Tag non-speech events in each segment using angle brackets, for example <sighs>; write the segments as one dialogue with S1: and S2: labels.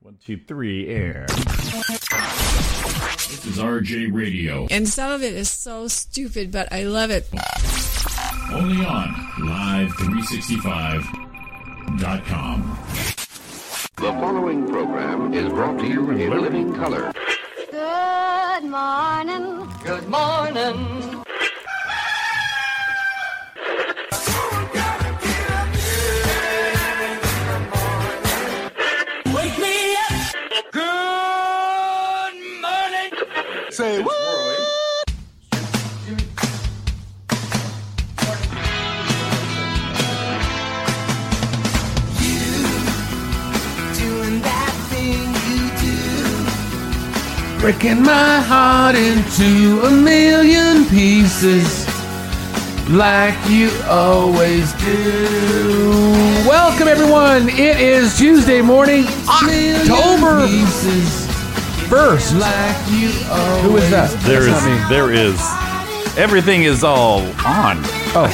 S1: One, two, three, air.
S2: This is RJ Radio.
S3: And some of it is so stupid, but I love it.
S2: Only on Live365.com.
S4: The following program is brought to you in living color.
S5: Good morning. Good morning.
S6: doing that thing you do.
S7: Breaking my heart into a million pieces like you always do. Welcome, everyone. It is Tuesday morning, October 1st. Like you always Who is that?
S1: There
S7: That's
S1: is,
S7: not me.
S1: there is, everything is all on.
S7: Oh,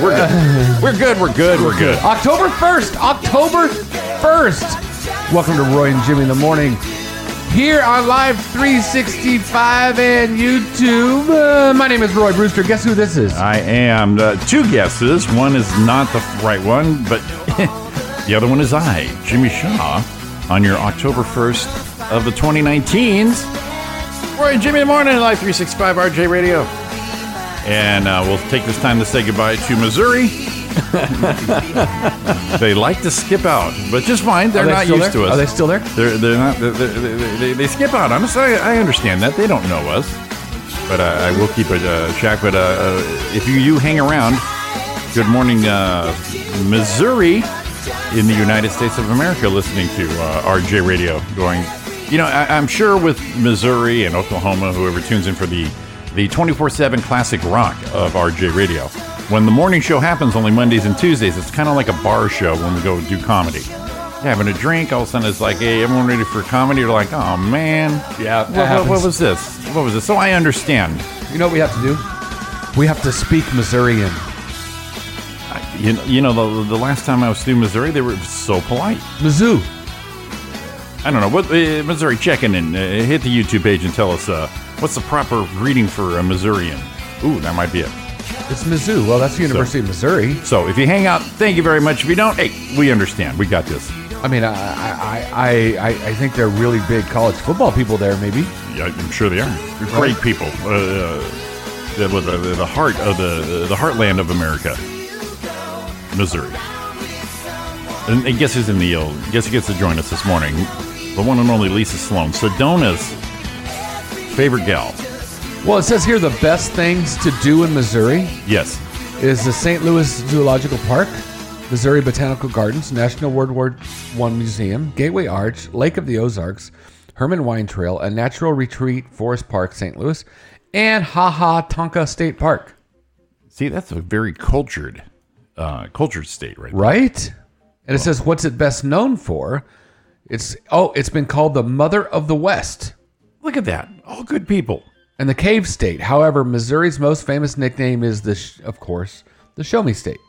S1: <laughs> We're good. We're good. We're good. We're good.
S7: October 1st. October 1st. Welcome to Roy and Jimmy in the Morning. Here on Live 365 and YouTube. Uh, my name is Roy Brewster. Guess who this is?
S1: I am uh, two guesses. One is not the right one, but <laughs> the other one is I, Jimmy Shaw, on your October 1st of the 2019s. Roy and Jimmy in the morning, Live 365 RJ Radio. And uh, we'll take this time to say goodbye to Missouri. <laughs> they like to skip out, but just fine. They're
S7: Are they
S1: not
S7: still
S1: used
S7: there?
S1: to us.
S7: Are they still there?
S1: They're, they're not. They're, they're, they they they skip out on us. I, I understand that. They don't know us. But uh, I will keep it uh, track. But uh, uh, if you, you hang around, good morning, uh, Missouri, in the United States of America, listening to uh, RJ Radio. Going, you know, I, I'm sure with Missouri and Oklahoma, whoever tunes in for the the 24/7 classic rock of RJ Radio. When the morning show happens only Mondays and Tuesdays, it's kind of like a bar show when we go do comedy. Having a drink, all of a sudden it's like, hey, everyone ready for comedy? You're like, oh man,
S7: Yeah,
S1: What- what, what was this? What was this? So I understand.
S7: You know what we have to do? We have to speak Missourian.
S1: You know, you know the, the last time I was through Missouri, they were so polite.
S7: Mizzou.
S1: I don't know what uh, Missouri checking in. Uh, hit the YouTube page and tell us uh, what's the proper greeting for a Missourian. Ooh, that might be it.
S7: It's Mizzou. Well, that's the University of Missouri.
S1: So if you hang out, thank you very much. If you don't, hey, we understand. We got this.
S7: I mean, I, I, I, I, I think they're really big college football people there, maybe.
S1: Yeah, I'm sure they are. They're great people. Uh, the, the, the heart of the the heartland of America, Missouri. And, and guess who's in the uh, guess who gets to join us this morning? The one and only Lisa Sloan, Sedona's favorite gal.
S7: Well, it says here the best things to do in Missouri
S1: Yes,
S7: is the St. Louis Zoological Park, Missouri Botanical Gardens, National World War I Museum, Gateway Arch, Lake of the Ozarks, Herman Wine Trail, a natural retreat, Forest Park, St. Louis, and Ha Ha Tonka State Park.
S1: see that's a very cultured, uh, cultured state, right?
S7: Right? And it says, what's it best known for? It's oh, it's been called the Mother of the West
S1: Look at that, all good people.
S7: and the Cave State. However, Missouri's most famous nickname is the, sh- of course, the Show Me State.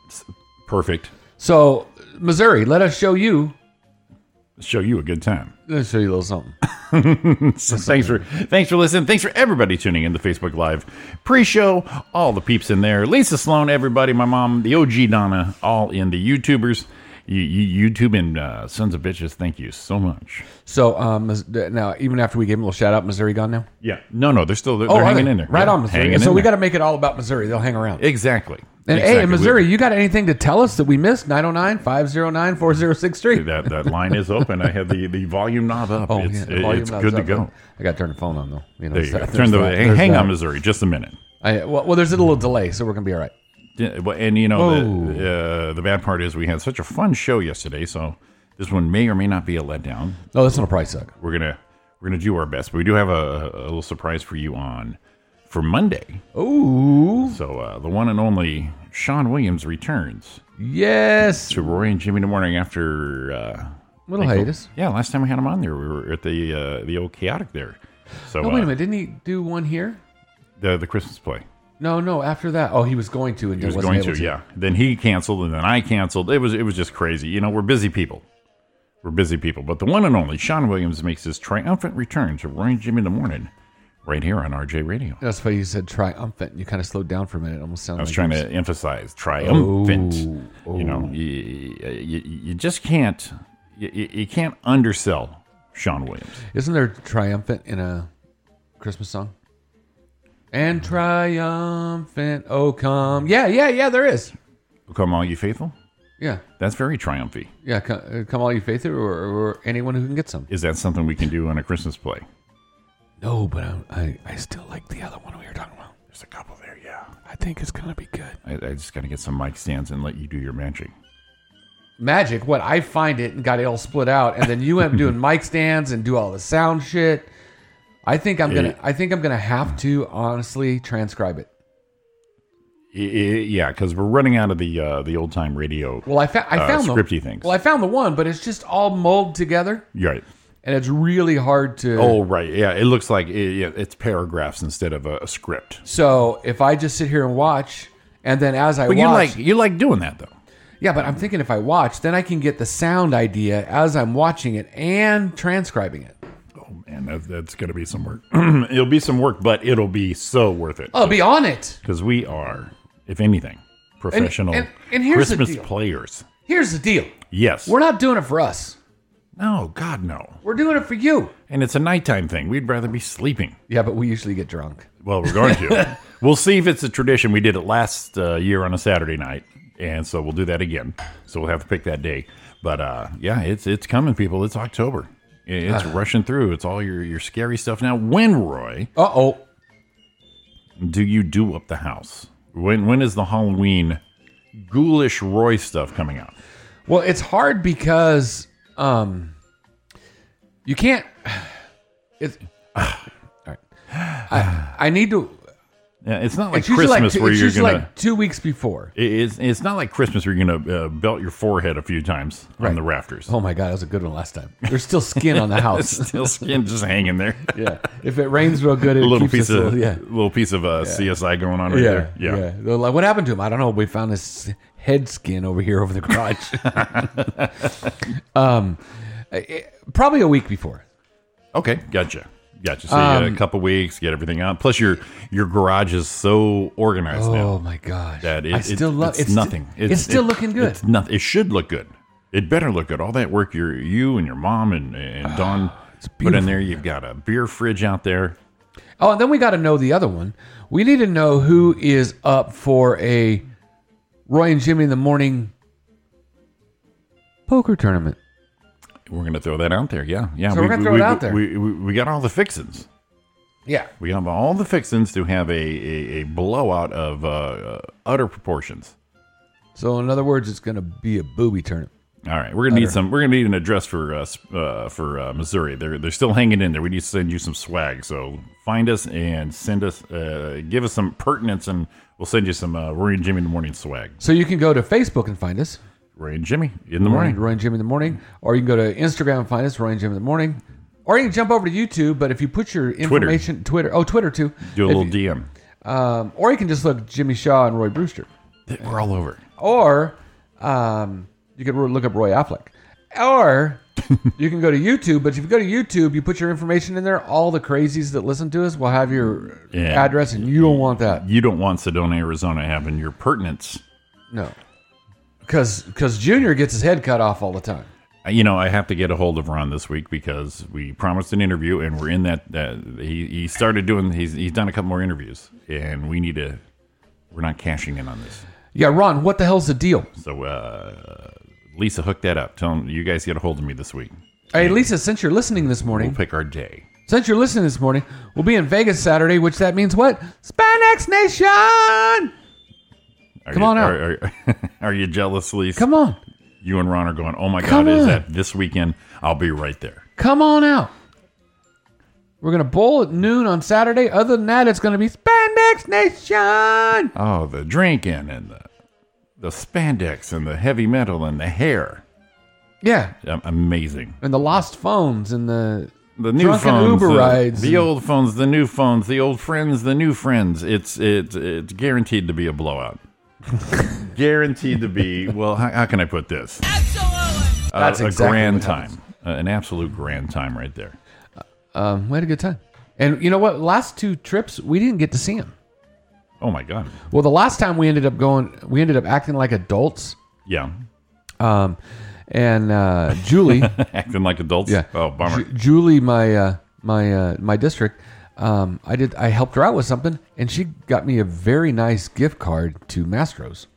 S1: Perfect.
S7: So, Missouri, let us show you.
S1: Show you a good time. <laughs>
S7: Let's show you a little something.
S1: So thanks for thanks for listening. Thanks for everybody tuning in to Facebook Live pre-show. All the peeps in there. Lisa Sloan, everybody, my mom, the OG Donna, all in the YouTubers. You, you YouTube and uh, sons of bitches. Thank you so much.
S7: So, um, Mis- now even after we gave him a little shout out, Missouri gone now.
S1: Yeah. No, no, they're still they're, they're
S7: Oh, are
S1: hanging
S7: they?
S1: in there.
S7: Right
S1: Yeah,
S7: on, Missouri.
S1: hanging
S7: So
S1: in
S7: we got
S1: there.
S7: to make it all about Missouri. They'll hang around.
S1: exactly.
S7: and hey,
S1: Exactly.
S7: in
S1: We-
S7: Missouri, you got anything to tell us that we missed? 909 509 4063.
S1: that that line is open. I have the the volume knob up.
S7: Oh,
S1: it's
S7: yeah, the
S1: it-
S7: volume
S1: it's
S7: knob's
S1: good to
S7: up.
S1: go.
S7: I got to turn the phone on, though. You know,
S1: There
S7: so
S1: you go.
S7: there's
S1: Turn the
S7: that-
S1: hang,
S7: there's
S1: hang
S7: that.
S1: on, Missouri, just a minute.
S7: I, well, well, there's a little delay, so we're going to be all right.
S1: Yeah, well, and you know the
S7: Oh.
S1: uh, the bad part is we had such a fun show yesterday, so this one may or may not be a letdown.
S7: No, this one will probably suck.
S1: We're gonna we're gonna do our best, but we do have a, a little surprise for you on for Monday.
S7: Ooh.
S1: So uh, the one and only Sean Williams returns
S7: Yes.
S1: to Roy and Jimmy in the morning after uh,
S7: Little hiatus.
S1: yeah. Last time we had him on there, we were at the uh, the old chaotic there. So
S7: Oh,
S1: uh,
S7: wait a minute. Didn't he do one here?
S1: the the Christmas play.
S7: No, no. After that. Oh, he was going to and
S1: He was
S7: wasn't
S1: going
S7: able
S1: to, yeah. Then he canceled, and then I canceled. It was it was just crazy. You know, we're busy people. for busy people. But the one and only Sean Williams makes his triumphant return to Roy and Jimmy in the Morning right here on RJ Radio.
S7: That's why you said triumphant. You kind of slowed down for a minute. It almost
S1: I
S7: sounded
S1: was
S7: like
S1: trying
S7: it
S1: to emphasize triumphant.
S7: Oh,
S1: you know, you, you, you just can't you, you you can't undersell Sean Williams.
S7: Isn't there triumphant in a Christmas song? And triumphant, oh come. Yeah, yeah, yeah, there is.
S1: Come all you faithful.
S7: Yeah,
S1: That's very triumphy.
S7: yeah. Come, uh, come all you faithful or, or anyone who can get some.
S1: Is that something we can do on a Christmas play?
S7: No, but I, I, I still like the other one we were talking about.
S1: There's a couple there, yeah.
S7: I think it's going to be good.
S1: I, I just got to get some mic stands and let you do your magic.
S7: Magic, what? I find it and got it all split out. And then you end
S1: <laughs>
S7: up doing mic stands and do all the sound shit. I think I'm going
S1: Yeah.
S7: to, I think I'm going to have to honestly transcribe it.
S1: I- I- yeah, because we're running out of the uh, the old time radio.
S7: Well, I, fa- I
S1: uh,
S7: found the-
S1: scripty things.
S7: Well, I found the one, but it's just all molded together,
S1: You're right.
S7: and it's really hard to.
S1: Oh, right. Yeah, it looks like it, yeah, it's paragraphs instead of a, a script.
S7: So if I just sit here and watch, and then as I
S1: But
S7: watch,
S1: you like you like doing that though.
S7: yeah, but I'm thinking if I watch, then I can get the sound idea as I'm watching it and transcribing it.
S1: Oh man, that, that's gonna be some work. <clears throat> it'll be some work, but it'll be so worth it.
S7: I'll Oh, be on it.
S1: because we are, if anything, professional
S7: and- and here's the
S1: Christmas
S7: deal.
S1: players.
S7: Here's the deal:
S1: Yes.
S7: we're not doing it for us.
S1: no, God no.
S7: We're doing it for you.
S1: And it's a nighttime thing. We'd rather be sleeping.
S7: Yeah, but we usually get drunk.
S1: Well, we're going
S7: <laughs>
S1: to. we'll see if it's a tradition. We did it last uh, year on a Saturday night, and so we'll do that again. So we'll have to pick that day. But uh, yeah, it's it's coming, people. It's October. It-
S7: Ah.
S1: It's rushing through. It's all your your scary stuff now. When Roy,
S7: Uh oh.
S1: do you do up the house? When when is the Halloween ghoulish Roy stuff coming out?
S7: Well, it's hard because um, you can't. <sighs> It's <sighs> all right. I, I need to.
S1: Yeah, it's not like
S7: it's usually
S1: Christmas
S7: like two,
S1: where
S7: it's
S1: you're
S7: usually
S1: gonna.
S7: like two weeks before.
S1: it- it's it's not like Christmas where you're gonna uh, belt your forehead a few times on
S7: Right.
S1: the rafters.
S7: Oh my god, that was a good one last time. There's still skin
S1: <laughs>
S7: on the house.
S1: Still skin just hanging there.
S7: yeah, if it rains real good, it
S1: a little
S7: keeps
S1: piece
S7: us a
S1: of
S7: little- yeah.
S1: little piece of uh, CSI going on right
S7: Yeah,
S1: there.
S7: yeah,
S1: Yeah.
S7: They're Like, what happened to him? I don't know. We found this head skin over here over the garage. <laughs> um,
S1: <laughs>
S7: it- probably a week before.
S1: Okay, gotcha, gotcha. So you got
S7: Um,
S1: a couple weeks, get everything out. Plus your your garage is so organized
S7: Oh
S1: now
S7: my gosh,
S1: that it,
S7: I
S1: it-
S7: still love.
S1: it's,
S7: it's sti-
S1: nothing.
S7: It's, still
S1: it-
S7: looking good.
S1: It's nothing. It should look good. It better look good. All that work you you and your mom and and Don put in
S7: Ah, beautiful.
S1: there. You've got a beer fridge out there.
S7: Oh, and then we got to know the other one. We need to know who is up for a Roy and Jimmy in the morning poker tournament.
S1: We're gonna throw that out there. Yeah, yeah.
S7: So we're gonna throw it out there.
S1: We, we, we got all the fixins.
S7: Yeah.
S1: We have all the fixins to have a, a, a blowout of uh, utter proportions.
S7: So in other words, it's going to be a booby tournament.
S1: All right, we're gonna need some. We're gonna need an address for us uh, for uh, Missouri. They're they're still hanging in there. We need to send you some swag. So find us and send us. Uh, give us some pertinence, and we'll send you some uh, Rory and Jimmy in the morning swag.
S7: So you can go to Facebook and find us,
S1: Rory and Jimmy in the morning.
S7: Roy and Jimmy in the morning, or you can go to Instagram and find us, Roy and Jimmy in the morning, or you can jump over to YouTube. But if you put your information, Twitter, oh Twitter too,
S1: Do a
S7: If
S1: little
S7: you-
S1: DM.
S7: um, or you can just look Jimmy Shaw and Roy Brewster.
S1: We're all over.
S7: or um, you could look up Roy Affleck, or you can go to YouTube. But if you go to YouTube, you put your information in there. All the crazies that listen to us will have your
S1: Yeah.
S7: address, and you don't want that.
S1: You don't want Sedona, Arizona having your pertinence.
S7: No, because Junior gets his head cut off all the time.
S1: You know, I have to get a hold of Ron this week because we promised an interview, and we're in that. that he he started doing. He's he's done a couple more interviews, and we need to. We're not cashing in on this.
S7: Yeah, Ron, what the hell's the deal?
S1: So uh, Lisa, hook that up. Tell 'em you guys get a hold of me this week.
S7: Hey, Lisa, since you're listening this
S1: We'll
S7: morning,
S1: pick our day.
S7: since you're listening this morning, we'll be in Vegas Saturday, which that means what? Spanex Nation!
S1: Are
S7: Come
S1: you,
S7: on out.
S1: Are, are, <laughs> are you jealous, Lisa?
S7: Come on,
S1: You and Ron are going. Oh my
S7: Come
S1: God! Is
S7: on.
S1: that this weekend? I'll be right there.
S7: come on out. We're gonna bowl at noon on Saturday. Other than that, it's gonna be Spandex Nation.
S1: Oh, the drinking and the the spandex and the heavy metal and the hair.
S7: Yeah,
S1: Um, amazing.
S7: and the lost phones and the
S1: The new
S7: Drunken
S1: phones,
S7: Uber
S1: the,
S7: rides
S1: the
S7: and-
S1: old phones, the new phones, the old friends, the new friends. It's it's it's guaranteed to be a <laughs> blowout. guaranteed to be. Well, how, how can I put this?
S7: That's
S1: a
S7: exactly
S1: grand
S7: what
S1: time,
S7: happens.
S1: Uh, an absolute grand time right there.
S7: Um, we had a good time. And you know what? Last two trips, we didn't get to see him.
S1: Oh my god,
S7: Well, the last time we ended up going, we ended up acting like adults.
S1: yeah, <laughs>
S7: Um, and uh, Julie,
S1: acting like adults.
S7: yeah,
S1: Oh bummer.
S7: Ju- Julie, my uh, my uh, my district. Um, I did. I helped her out with something, and she got me a very nice gift card to Mastro's.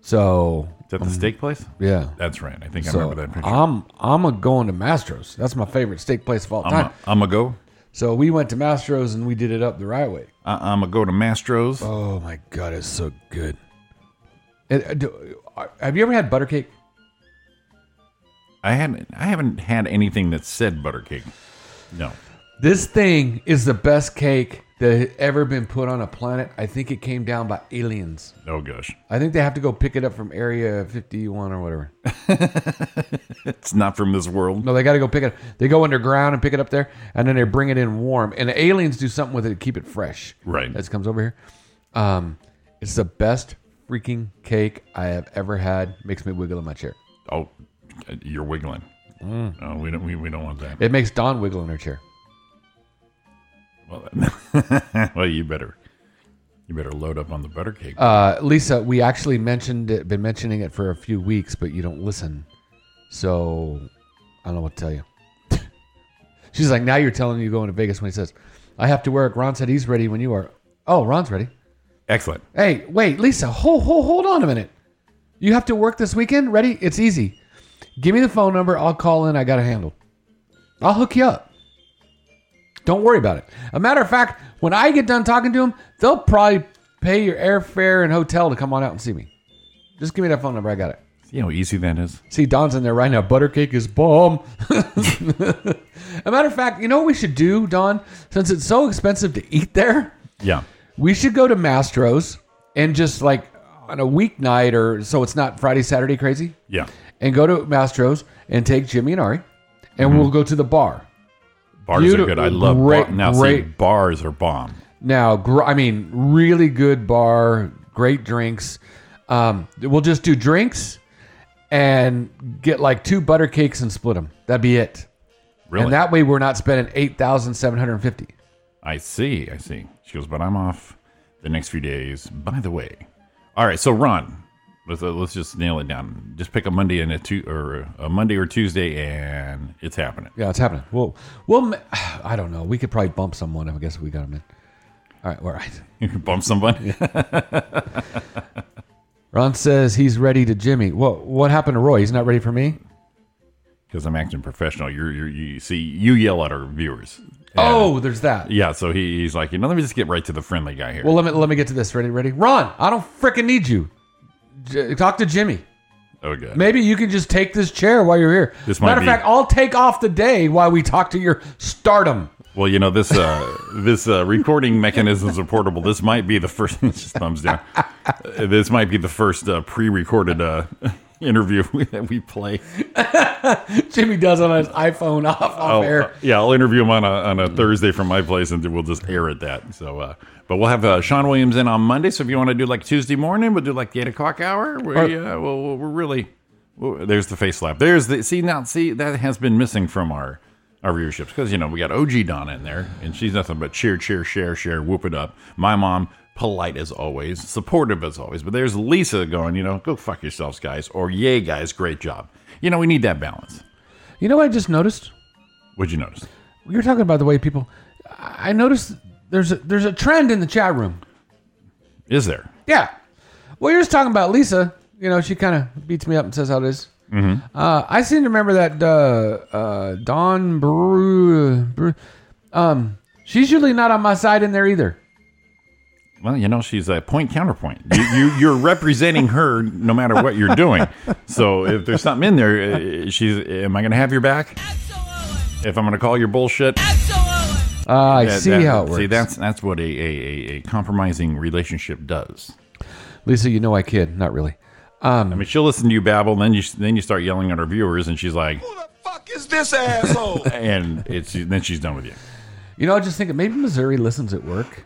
S7: So
S1: Is that the steak place?
S7: yeah,
S1: That's right. I think I
S7: so uh,
S1: remember that picture.
S7: I'm I'm a going to Mastro's. That's my favorite steak place of all
S1: I'm
S7: time.
S1: a, I'm a go.
S7: so we went to Mastro's and we did it up the right way.
S1: I, I'm a go to Mastro's.
S7: Oh my god, it's so good. It- uh, do- uh, have you ever had butter cake?
S1: I haven't I haven't had anything that said butter cake. No.
S7: This thing is the best cake that had ever been put on a planet. I think it came down by aliens.
S1: Oh gosh,
S7: I think they have to go pick it up from Area 51 or whatever.
S1: it's not from this world.
S7: No, they got to go pick it. They go underground and pick it up there, and then they bring it in warm. And the aliens do something with it to keep it fresh.
S1: Right.
S7: As it comes over here, um, it's the best freaking cake I have ever had. Makes me wiggle in my chair.
S1: Oh, you're wiggling.
S7: Mm.
S1: Oh, we don't we, we don't want that.
S7: It makes Dawn wiggle in her chair.
S1: <laughs> Well, well, you better you better load up on the butter cake.
S7: Uh, Lisa, we actually mentioned it, been mentioning it for a few weeks, but you don't listen. So I don't know what to tell you. <laughs> She's like, now you're telling me you're going to Vegas when he says, I have to wear it. Ron said he's ready when you are. Oh, Ron's ready.
S1: Excellent.
S7: Hey, wait, Lisa, hold, hold, hold on a minute. You have to work this weekend? Ready? It's easy. Give me the phone number. I'll call in. I got it handled. I'll hook you up. Don't worry about it. A matter of fact, when I get done talking to them, they'll probably pay your airfare and hotel to come on out and see me. Just give me that phone number. I got it.
S1: See how easy that is.
S7: See, Don's in there right now. Butter cake is bomb. <laughs> a matter of fact, you know what we should do, Don? Since it's so expensive to eat there,
S1: Yeah.
S7: we should go to Mastro's and just like on a weeknight or so it's not Friday, Saturday crazy,
S1: Yeah.
S7: and go to Mastro's and take Jimmy and Ari and we'll go to the bar.
S1: Bars
S7: Beautiful-
S1: are good. I love
S7: great-
S1: bar- now. See,
S7: great-
S1: bars are bomb.
S7: Now, gr- I mean, really good bar, great drinks. Um, we'll just do drinks and get like two butter cakes and split them. That'd be it.
S1: Really.
S7: And that way we're not spending 8750
S1: I see. I see. She goes, but I'm off the next few days. By the way, all right. So Ron, let's uh, let's just nail it down. Just pick a Monday and a two or a Monday or Tuesday, and it's happening. <laughs>
S7: Yeah, it's happening. Well, we'll, ma- <sighs> I don't know. We could probably bump someone, I guess, if we got them in. All right, all right.
S1: You can bump somebody.
S7: Ron says he's ready to Jimmy. What what happened to Roy? He's not ready for me.
S1: because I'm acting professional. You're, you're you see you yell at our viewers.
S7: Oh, there's that.
S1: yeah. So he, he's like, you know, let me just get right to the friendly guy here.
S7: Well, let me let me get to this. Ready, ready. Ron, I don't frickin' need you. J- talk to Jimmy.
S1: oh, good.
S7: Maybe you can just take this chair while you're here.
S1: This might
S7: Matter of
S1: be-
S7: fact, I'll take off the day while we talk to your stardom. <laughs>
S1: Well, you know this uh, this uh, recording mechanisms are portable. This might be the first <laughs> it's just thumbs down. Uh, This might be the first uh, pre-recorded uh, <laughs> interview that we play.
S7: Jimmy does on his iPhone off off
S1: I'll-
S7: air.
S1: Oh, uh, yeah, I'll interview him on a, on a Thursday from my place, and we'll just air at that. So, uh, but we'll have uh, Sean Williams in on Monday. So if you want to do like Tuesday morning, we'll do like the eight o'clock hour. We, uh, we'll, we'll- we're really well, there's the face slap. There's the see now see that has been missing from our our viewerships because you know we got OG Donna in there, and she's nothing but cheer, cheer, share, share, whoop it up. My mom. Polite as always, supportive as always, but there's Lisa going, you know, go fuck yourselves, guys, or yay, guys, great job. You know, we need that balance.
S7: You know what I just noticed?
S1: What'd you notice?
S7: We were talking about the way people. I I noticed there's a, there's a trend in the chat room.
S1: Is there?
S7: Yeah. Well, you're just talking about Lisa. You know, she kind of beats me up and says how it is.
S1: Mm-hmm.
S7: Uh, I seem to remember that uh, uh, Dawn Brew. Brew um, she's usually not on my side in there either.
S1: Well, you know, she's a point counterpoint. You, you, you're representing her no matter what you're doing. So if there's something in there, uh, she's. Am I going to have your back? If I'm going to call your bullshit,
S7: Uh, I
S1: that-
S7: see
S1: that-
S7: how it works.
S1: See, that's that's what a, a, a, a compromising relationship does.
S7: Lisa, you know I kid. Not really.
S1: I mean, she'll listen to you babble, then you then you start yelling at her viewers, and she's like,
S8: Who the fuck is this asshole?
S1: <laughs> and it's then she's done with you.
S7: You know, I was just thinking maybe Missouri listens at work,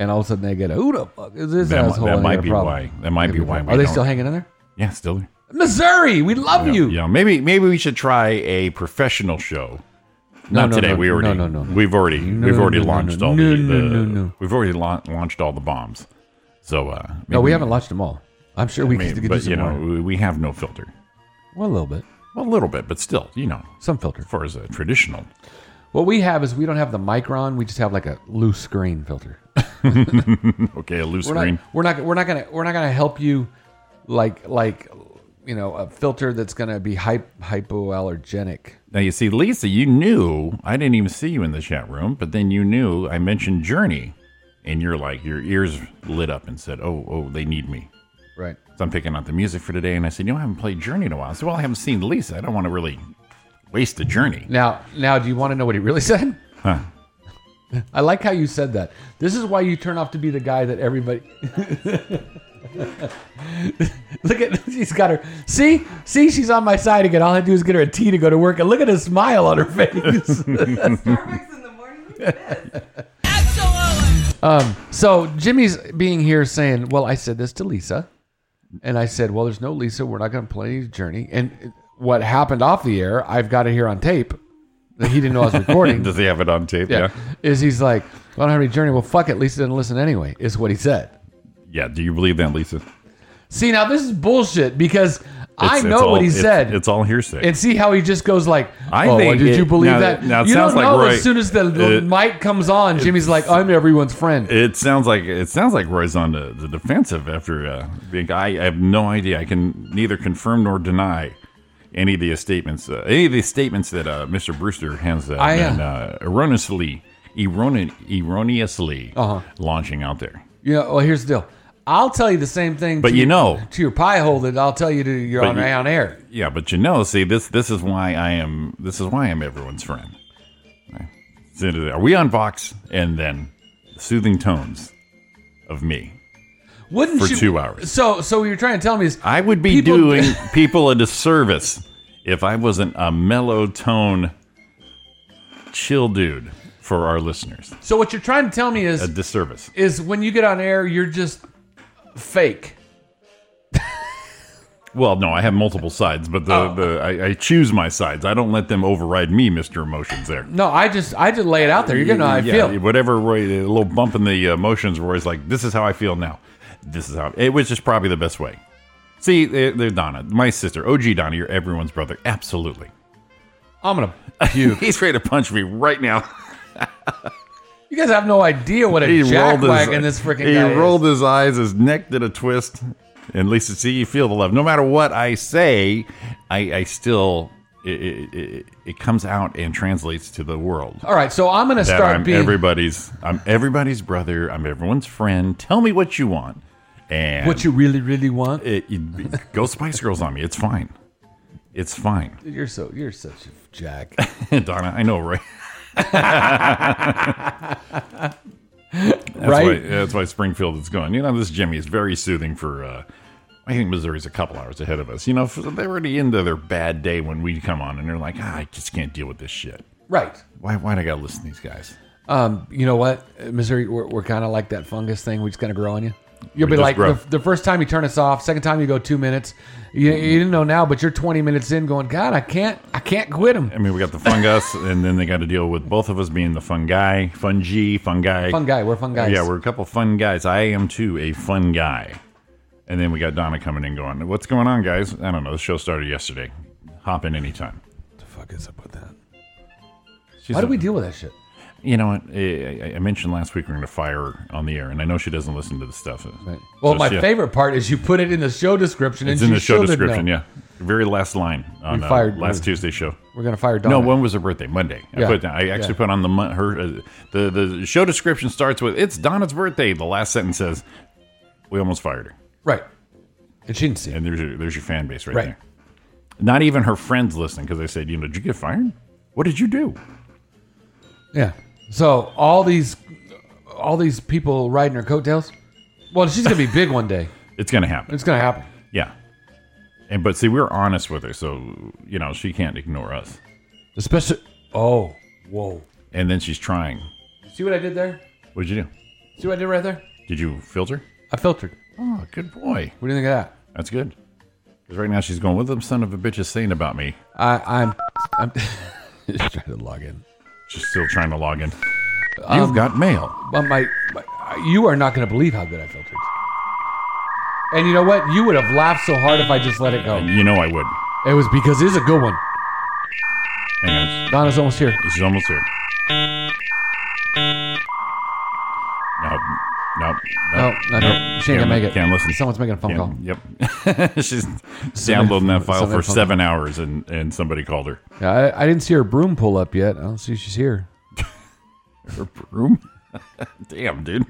S7: and all of a sudden they get, who the fuck is this
S1: That, mi-
S7: asshole?
S1: that
S7: and they
S1: might
S7: got a
S1: be
S7: problem.
S1: why. That might be why.
S7: Are
S1: we
S7: they
S1: don't-
S7: still hanging in there?
S1: Yeah, still.
S7: Missouri, we love
S1: Yeah,
S7: you.
S1: yeah, maybe maybe we should try a professional show. Not
S7: no,
S1: today.
S7: no,
S1: we
S7: no,
S1: already
S7: no, no, no.
S1: we've already we've already
S7: no, no,
S1: launched
S7: no,
S1: all
S7: no,
S1: the,
S7: no,
S1: the-
S7: no, no.
S1: we've already la- launched all the bombs. So uh,
S7: No, we
S1: maybe-
S7: haven't launched them all. I'm sure we
S1: I mean,
S7: could, could do
S1: but
S7: some
S1: you know
S7: more.
S1: we- we have no filter.
S7: Well, a little bit,
S1: Well, a little bit, but still, you know, as
S7: some filter.
S1: far as a traditional, <laughs>
S7: What we have is we don't have the micron. We just have like a loose screen filter.
S1: okay, a loose
S7: We're
S1: screen.
S7: not. We're not. We're not gonna. We're not gonna help you, like like, you know, a filter that's gonna be hype, hypoallergenic.
S1: Now you see, Lisa, you knew I didn't even see you in the chat room, but then you knew I mentioned Journey, and you're like your ears lit up and said, "Oh, oh, they need me."
S7: Right.
S1: So I'm picking out the music for today, and I said, "You know, I haven't played Journey in a while." I said, "Well, I haven't seen Lisa. I don't want to really waste a journey."
S7: Now, now, do you want to know what he really <laughs> said?
S1: Huh.
S7: I like how you said that. This is why you turn off to be the guy that everybody. <laughs> look at she's got her. See, see, she's on my side again. All I do is get her a tea to go to work, and look at the smile on her <laughs> face.
S9: Starbucks in the morning.
S7: so Jimmy's being here saying, "Well, I said this to Lisa, and I said, well, there's no Lisa. We're not going to play Journey.' And what happened off the air, I've got it here on tape. He didn't
S1: <laughs>
S7: know I was recording.
S1: Does he have it on tape?
S7: yeah. Is he's like, I don't have any journey. Well, fuck it. Lisa didn't listen anyway, is what he said.
S1: Yeah. Do you believe that, Lisa?
S7: See, now this is bullshit because I
S1: It's-
S7: know
S1: it's all-
S7: what he
S1: it's-
S7: said.
S1: It's all hearsay.
S7: and see how he just goes like,
S1: I
S7: oh,
S1: think
S7: did
S1: it-
S7: you believe
S1: now-
S7: that?
S1: now it
S7: you
S1: sounds
S7: don't
S1: like
S7: know
S1: Roy-
S7: as soon as the, the
S1: it-
S7: mic comes on, Jimmy's like, I'm everyone's friend.
S1: It sounds like it sounds like Roy's on the, the defensive after uh, being. I, I have no idea. I can neither confirm nor deny any of the statements. Uh, any of the statements that uh, Mr. Brewster has uh,
S7: I, uh,
S1: been, uh, erroneously, errone, erroneously
S7: Uh-huh.
S1: launching out there.
S7: you know, well, here's the deal. I'll tell you the same thing
S1: But
S7: to,
S1: you know-
S7: to your pie hole that I'll tell you to your
S1: But
S7: on,
S1: you-
S7: on air.
S1: Yeah, but you know, see this this is why I am this is why I'm everyone's friend. So, Are we on Vox? And then soothing tones of me.
S7: Wouldn't
S1: For
S7: you,
S1: two hours.
S7: So, so what you're trying to tell me is
S1: I would be
S7: People-
S1: doing people a disservice if I wasn't a mellow tone, chill dude for our listeners.
S7: so what you're trying to tell me is
S1: A disservice.
S7: is when you get on air, you're just fake.
S1: Well, no, I have multiple sides, but the, the I, I choose my sides. I don't let them override me, Mister Emotions. There.
S7: No, I just I just lay it out there. You're gonna know how I
S1: yeah,
S7: feel.
S1: Whatever, Roy, a little bump in the emotions, Roy's like, this is how I feel now. This is how, it was just probably the best way. See, they're, they're Donna, my sister, OG Donna, you're everyone's brother.
S7: <laughs>
S1: Absolutely.
S7: I'm gonna puke.
S1: He's ready to punch me right <laughs> now.
S7: you guys have no idea what a jackwagon this freaking
S1: he
S7: guy is.
S1: rolled his eyes, his neck did a twist. And Lisa, see, you feel the love. No matter what I say, I, I still it, it, it, it comes out and translates to the world.
S7: All right, so I'm gonna
S1: That
S7: start
S1: I'm
S7: being.
S1: everybody's. I'm everybody's brother. I'm everyone's friend. Tell me what you want, and
S7: what you really, really want?
S1: it, it- go Spice Girls on me. It's fine. It's fine, <laughs>
S7: You're so you're such a jack.
S1: Donna. I know, right? That's
S7: Right?
S1: Why, that's why Springfield is going. You know, this Jimmy is very soothing for. Uh, I think Missouri's a couple hours ahead of us. You know, they're already into their bad day when we come on, and they're like, ah, "I just can't deal with this shit.
S7: right.
S1: Why? Why do I gotta listen to these guys?"
S7: Um, you know what, Missouri? We're, we're kind of like that fungus thing. We're just gonna grow on you. You'll
S1: We
S7: be
S1: just
S7: like
S1: grow.
S7: the, the first time you turn us off. Second time you go two minutes. You, you didn't know now, but you're 20 minutes in, going, God, I can't, I can't quit him.
S1: I mean, we
S7: <laughs>
S1: got the fungus, and then they got to deal with both of us being the fun guy, fungi, fungi.
S7: Fun guy. We're fun guys.
S1: Yeah, we're a couple fun guys. I am too a fun guy. And then we got Donna coming in going, What's going on, guys? I don't know. The show started yesterday. Hop in anytime.
S7: the fuck is up with that?
S1: She's
S7: Why do
S1: a-
S7: we deal with that shit?
S1: You know what? I, I- I mentioned last week we're going to fire on the air, and I know she doesn't listen to the stuff.
S7: Well,
S1: So
S7: my
S1: she-
S7: favorite part is you put it in the show description.
S1: It's
S7: and
S1: in
S7: she
S1: the show
S7: still didn't
S1: description,
S7: know.
S1: yeah. Very last line on
S7: We
S1: uh,
S7: fired-
S1: last Tuesday show.
S7: We're gonna fire Donna.
S1: No, when was her birthday? Monday. I
S7: Yeah.
S1: put it down. I actually
S7: Yeah.
S1: put on the mon- her uh, the the show description starts with it's Donna's birthday. The last sentence says we almost fired her,
S7: right? And she didn't see it.
S1: and there's your, there's your fan base right,
S7: Right.
S1: there. Not even her friends listening because I said, you know, did you get fired? What did you do?
S7: Yeah. So all these, all these people riding her coattails. Well, she's gonna be big one day.
S1: It's gonna happen.
S7: It's gonna happen.
S1: yeah. And but see, we were honest with her, so you know she can't ignore us.
S7: Especially. Oh, whoa!
S1: And then she's trying.
S7: See what I did there?
S1: What'd you do?
S7: See what I did right there?
S1: Did you filter?
S7: I filtered.
S1: Oh, good boy.
S7: What do you think of that?
S1: That's good. Because right now she's going, what the son of a bitch is saying about me?
S7: I, I'm, I'm <laughs> just trying to log in.
S1: She's still trying to log in. You've got mail.
S7: Well, my, my you are not going to believe how good I filtered. And you know what? You would have laughed so hard if I just let it go.
S1: You know I would.
S7: It was because it's a good one.
S1: Hang on.
S7: Donna's almost here.
S1: This is almost here. No, no,
S7: No,
S1: no,
S7: no, no. She ain't gonna make it.
S1: Can't listen.
S7: Someone's making a phone call.
S1: Yep. <laughs> She's downloading that file
S7: somebody
S1: for
S7: phone-
S1: seven hours, and and somebody called her.
S7: Yeah, I, I didn't see her broom pull up yet. I don't see she's here.
S1: Her broom. <laughs> Damn, dude.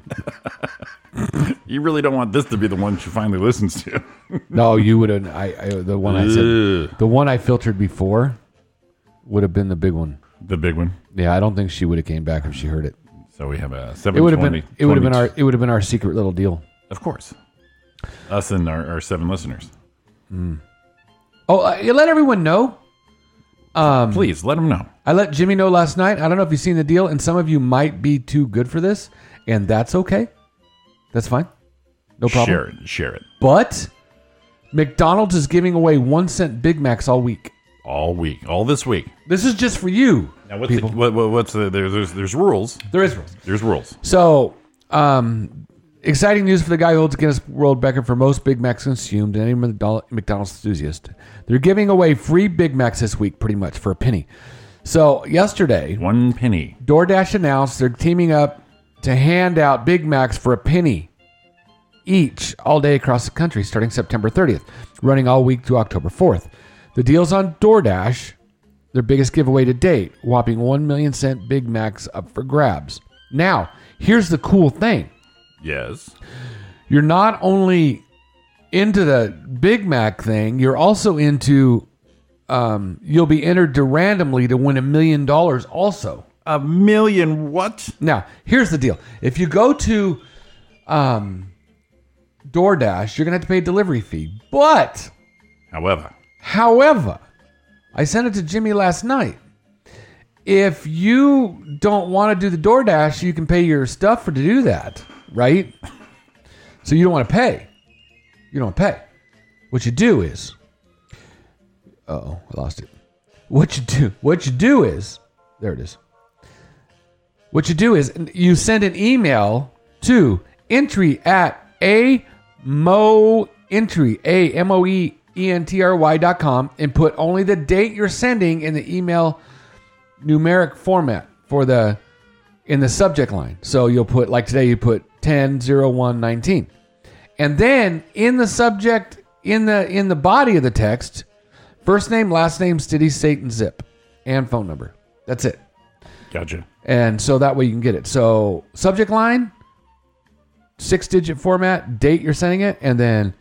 S1: <laughs> you really don't want this to be the one she finally listens to.
S7: No, you would have. I, I the one I said. The one I filtered before would have been the big one.
S1: The big one.
S7: Yeah, I don't think she would have came back if she heard it.
S1: So we have a seven.
S7: It would have been. It would have been our. It would have been our secret little deal.
S1: Of course. Us and our, our seven listeners.
S7: Oh, uh, you let everyone know. Um,
S1: Please let them know.
S7: I let Jimmy know last night. I don't know if you've seen the deal, and some of you might be too good for this, and that's okay. That's fine. No problem.
S1: Share it. Share it
S7: But McDonald's is giving away one cent Big Macs all week.
S1: all week, all this week.
S7: This is just for you.
S1: Now, what's the, what, what, what's the there, there's there's rules.
S7: There is rules.
S1: There's rules.
S7: So, um, exciting news for the guy who holds Guinness World Record for most Big Macs consumed and any McDonald- McDonald's enthusiast. They're giving away free Big Macs this week, pretty much for a penny. So yesterday,
S1: One penny.
S7: DoorDash announced they're teaming up to hand out Big Macs for a penny each all day across the country starting September 30th, running all week to October 4th. The deal's on DoorDash, their biggest giveaway to date, whopping 1 million cent Big Macs up for grabs. Now, here's the cool thing
S1: Yes.
S7: you're not only into the Big Mac thing, you're also into, um, you'll be entered to randomly to win a million dollars also.
S1: A million. What?
S7: Now, here's the deal. If you go to um, DoorDash, you're going to have to pay a delivery fee. But,
S1: However,
S7: however, I sent it to Jimmy last night. If you don't want to do the DoorDash, you can pay your stuff for to do that, right? So you don't want to pay. You don't pay. What you do is, oh, I lost it. What you do? What you do is, there it is. What you do is you send an email to entry at a E mo entry a m o e e n t r y dot com and put only the date you're sending in the email numeric format for the in the subject line. So you'll put like today you put 10 01 19. And then in the subject in the in the body of the text, first name, last name, city, state, and zip, and phone number. That's it.
S1: gotcha.
S7: And so that way you can get it. So subject line, six digit format, date you're sending it, and then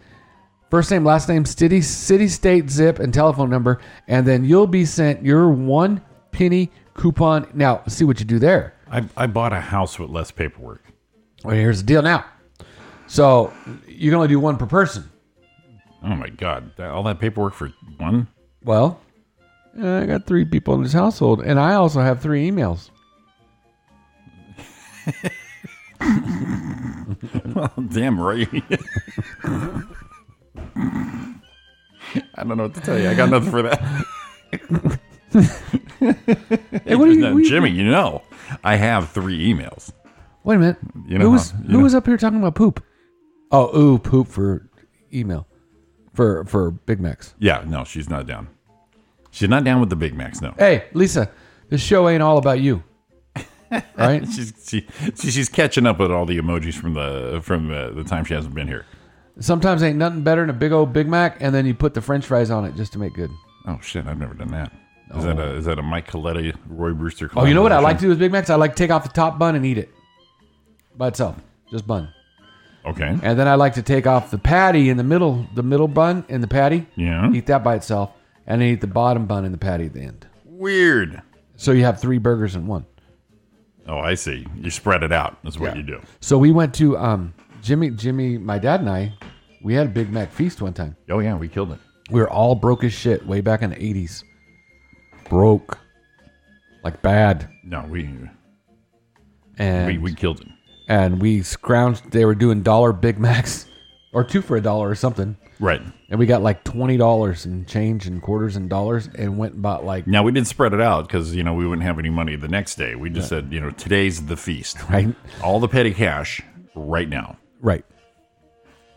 S7: first name, last name, city, city, state, zip, and telephone number, and then you'll be sent your one penny coupon. Now see what you do there.
S1: I, I bought a house with less paperwork.
S7: Well, here's the deal now. So you can only do one per person.
S1: Oh my god! That, all that paperwork for one? <laughs>
S7: Well, I got three people in this household, and I also have three emails.
S1: Damn right. <laughs> I don't know what to tell you. I got nothing for that.
S7: Hey, what are you, what are you-
S1: Jimmy, you know, I have three emails.
S7: Wait a minute.
S1: You know
S7: who was
S1: how- you
S7: who
S1: know-
S7: was up here talking about poop? Oh, ooh, poop for email, for for Big Macs.
S1: Yeah, no, she's not down. She's not down with the Big Macs, no.
S7: Hey, Lisa, this show ain't all about you, <laughs> right?
S1: She's she, she, she's catching up with all the emojis from the from uh, the time she hasn't been here.
S7: Sometimes ain't nothing better than a big old Big Mac, and then you put the French fries on it just to make good.
S1: Oh shit, I've never done that. Is that a is that a Mike Coletti Roy Brewster?
S7: Oh, you know what I like to
S1: collaboration?
S7: do with Big Macs? I like to take off the top bun and eat it by itself, just bun.
S1: Okay.
S7: And then I like to take off the patty in the middle, the middle bun and the patty.
S1: Yeah.
S7: Eat that by itself, and then eat the bottom bun and the patty at the end.
S1: Weird.
S7: So you have three burgers in one.
S1: Oh, I see. You spread it out. That's what
S7: Yeah.
S1: you do.
S7: So we went to um, Jimmy, Jimmy, my dad and I. We had a Big Mac feast one time.
S1: Oh yeah, we killed it.
S7: We were all broke as shit way back in the eighties. Broke, like bad,
S1: No, we
S7: and
S1: we,
S7: we,
S1: we killed it.
S7: and we scrounged. They were doing dollar Big Macs, <laughs> or two for a dollar or something.
S1: Right.
S7: And we got like twenty dollars in change and quarters and dollars, and went and bought like
S1: Now we didn't spread it out because you know we wouldn't have any money the next day. We just said you know today's the feast.
S7: right,
S1: All the petty cash right now.
S7: right.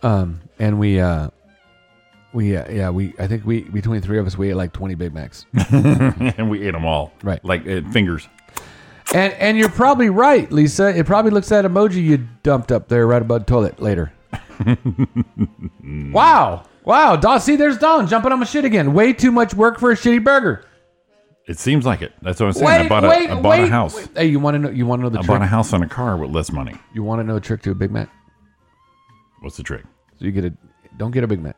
S7: Um, and we, uh, we, uh, yeah, we. I think we between the three of us, we ate like twenty Big Macs.
S1: and we ate them all.
S7: Right.
S1: Like uh, fingers.
S7: and and you're probably right, Lisa. It probably looks that emoji you dumped up there right above the
S1: <laughs>
S7: toilet later. wow, wow, Don. See, there's Don jumping on my shit again. Way too much work for a shitty burger.
S1: It seems like it. That's what I'm saying. I bought a, I bought a house.
S7: wait. Hey, you want to know? You want to know the
S1: I
S7: trick?
S1: bought a house and a car with less money.
S7: You want to know a trick to a Big Mac?
S1: What's the trick?
S7: So you get a don't get a Big Mac.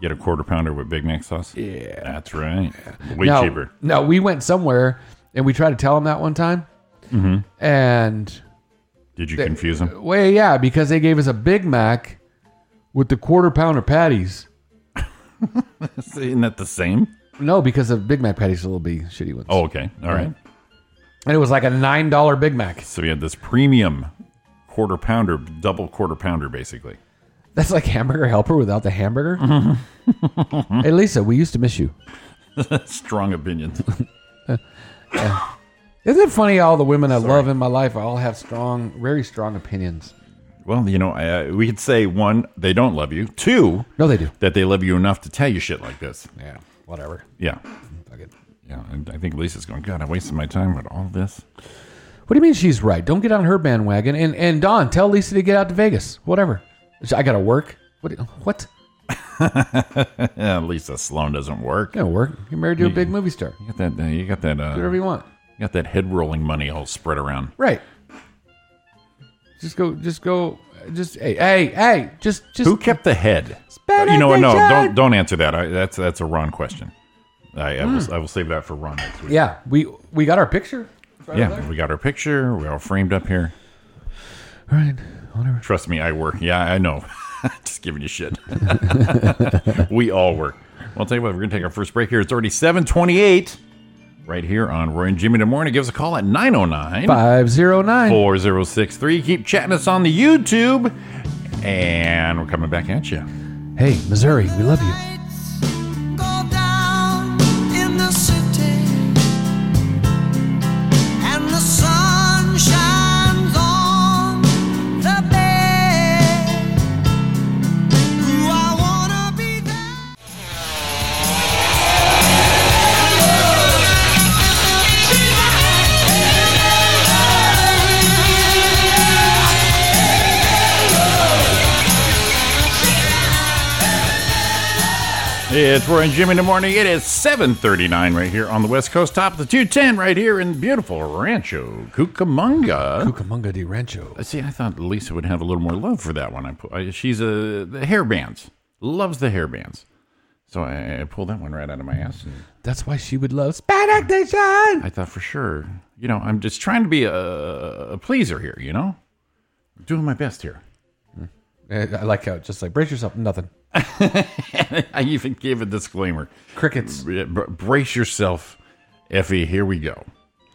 S1: Get a quarter pounder with Big Mac sauce. Yeah, that's right. Way
S7: no,
S1: cheaper.
S7: No, we went somewhere and we tried to tell them that one time,
S1: Mm-hmm.
S7: and
S1: Did you confuse them?
S7: well, yeah, because they gave us a Big Mac with the quarter pounder patties.
S1: <laughs> Isn't that the same?
S7: No, because the Big Mac patties will be shitty ones.
S1: Oh, okay. All right.
S7: and it was like a nine dollar Big Mac. <laughs>
S1: So we had this premium quarter pounder, double quarter pounder, basically. <laughs>
S7: That's like Hamburger Helper without the hamburger. <laughs> hey, Lisa, we used to miss you.
S1: Strong opinions.
S7: Isn't it funny? All the women I love in my life, I all have strong, very strong opinions.
S1: well, you know, I, I, we could say one, they don't love you. Two,
S7: No, they do.
S1: that they love you enough to tell you shit like this.
S7: Yeah, whatever.
S1: Yeah.
S7: Fuck it.
S1: Yeah. And I think Lisa's going, God, I wasted my time with all this.
S7: What do you mean she's right? Don't get on her bandwagon. And and Don, tell Lisa to get out to Vegas. Whatever. She- I gotta work. What? do- What?
S1: Yeah, Lisa Sloan doesn't work.
S7: Gotta work. You're married to a big movie star.
S1: You got that. Uh, you got that. Uh,
S7: Do whatever you want.
S1: you got that head rolling money all spread around.
S7: Right. Just go. Just go. Just hey hey hey. Just just.
S1: Who kept the head?
S7: Spend
S1: you know what?
S7: it,
S1: No,
S7: Jack.
S1: don't don't answer that. I, that's that's a Ron question. I, I, will, I will save that for Ron next week.
S7: Yeah, we we got our picture.
S1: yeah. We got our picture. We're all framed up here.
S7: All right.
S1: Trust me, I work. Yeah, I know. <laughs> Just giving you shit. <laughs> we all work. Well, I'll tell you what, we're going to take our first break here. It's already 728 right here on Roy and Jimmy in the Morning. Give us a call at 909
S7: Five zero nine.
S1: 4063. Keep chatting us on the YouTube, and we're coming back at you.
S7: Hey, Missouri, we love you.
S1: It's Roy and Jimmy in the Morning. It is 739 right here on the West Coast, top of the 210 right here in beautiful Rancho Cucamonga.
S7: Cucamonga de Rancho.
S1: See, I thought Lisa would have a little more love for that one. I, pu- I she's a the hair bands loves the hair bands, so I, I pulled that one right out of my ass. And
S7: That's why she would love Spanactation.
S1: I thought for sure, you know, I'm just trying to be a, a pleaser here. You know, I'm doing my best here. <laughs>
S7: I like how it just like brace yourself. Nothing.
S1: I even gave a disclaimer:
S7: Crickets.
S1: Br- br- brace yourself, Effie. Here we go,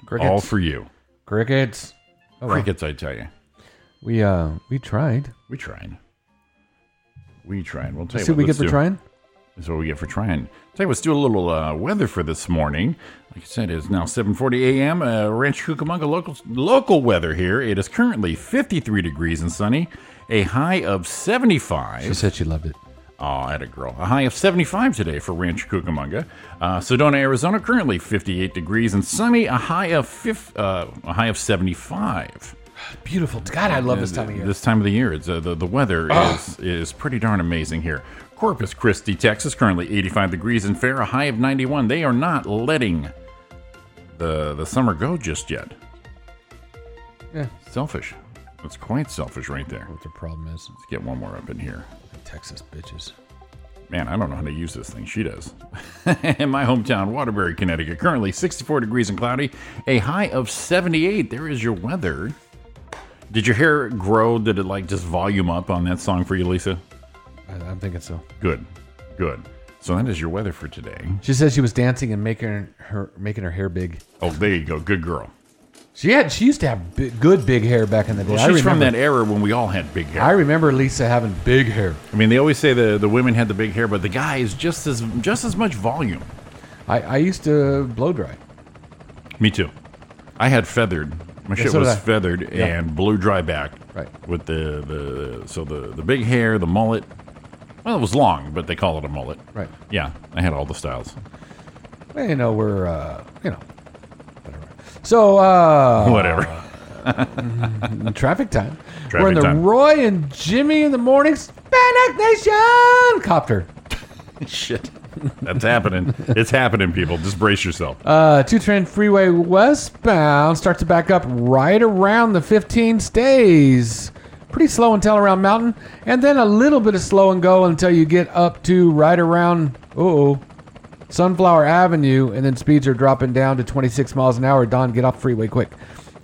S7: Crickets.
S1: all for you.
S7: Crickets. Oh, wow.
S1: Crickets, I tell you.
S7: We uh we tried.
S1: We tried. We tried. We'll tell you
S7: See what we
S1: let's
S7: get for
S1: do.
S7: trying.
S1: That's what we get for trying. Tell you, what, let's do a little uh, weather for this morning. Like I said, it's now 7:40 a.m. Uh, Ranch Cucamonga local local weather here. It is currently 53 degrees and sunny. A high of 75.
S7: She said she loved it.
S1: Oh, at a girl. A high of 75 today for Ranch Cucamonga. Uh, Sedona, Arizona, currently 58 degrees and sunny. A high of fif- uh, a high of 75.
S7: Beautiful. God, I love this time of year.
S1: This time of the year, it's, uh, the the weather is is pretty darn amazing here. Corpus Christi, Texas, currently 85 degrees and fair, a high of 91. They are not letting the the summer go just yet.
S7: Yeah.
S1: selfish. That's quite selfish right there.
S7: what the problem is,
S1: Let's get one more up in here.
S7: Texas bitches.
S1: Man, I don't know how to use this thing. She does. <laughs> in my hometown, Waterbury, Connecticut, currently 64 degrees and cloudy, a high of 78. There is your weather. Did your hair grow? Did it like just volume up on that song for you, Lisa?
S7: I, I'm thinking so.
S1: Good, good. So that is your weather for today.
S7: She said she was dancing and making her making her hair big.
S1: Oh, there you go. Good girl.
S7: She had. She used to have bi- good big hair back in the day.
S1: Well,
S7: I
S1: she's
S7: remember,
S1: from that era when we all had big hair.
S7: I remember Lisa having big hair.
S1: I mean, they always say the, the women had the big hair, but the guys just as just as much volume.
S7: I, I used to blow dry.
S1: Me too. I had feathered. My shit
S7: so did
S1: was
S7: I.
S1: feathered
S7: Yeah.
S1: and blew dry back.
S7: Right.
S1: With the, the so the, the big hair, the mullet. Well, it was long, but they call it a mullet.
S7: Right.
S1: Yeah, I had all the styles.
S7: Well, you know we're uh, you know whatever. So uh,
S1: <laughs> Whatever.
S7: traffic time.
S1: Traffic
S7: we're in the
S1: time.
S7: Roy and Jimmy in the morning Hispanic Nation copter.
S1: Shit. That's happening. It's happening, people. Just brace yourself.
S7: Uh, two train freeway westbound starts to back up right around the 15 stays. Pretty slow until around Mountain, and then a little bit of slow and go until you get up to right around oh Sunflower Avenue, and then speeds are dropping down to 26 miles an hour. Don, get off freeway quick.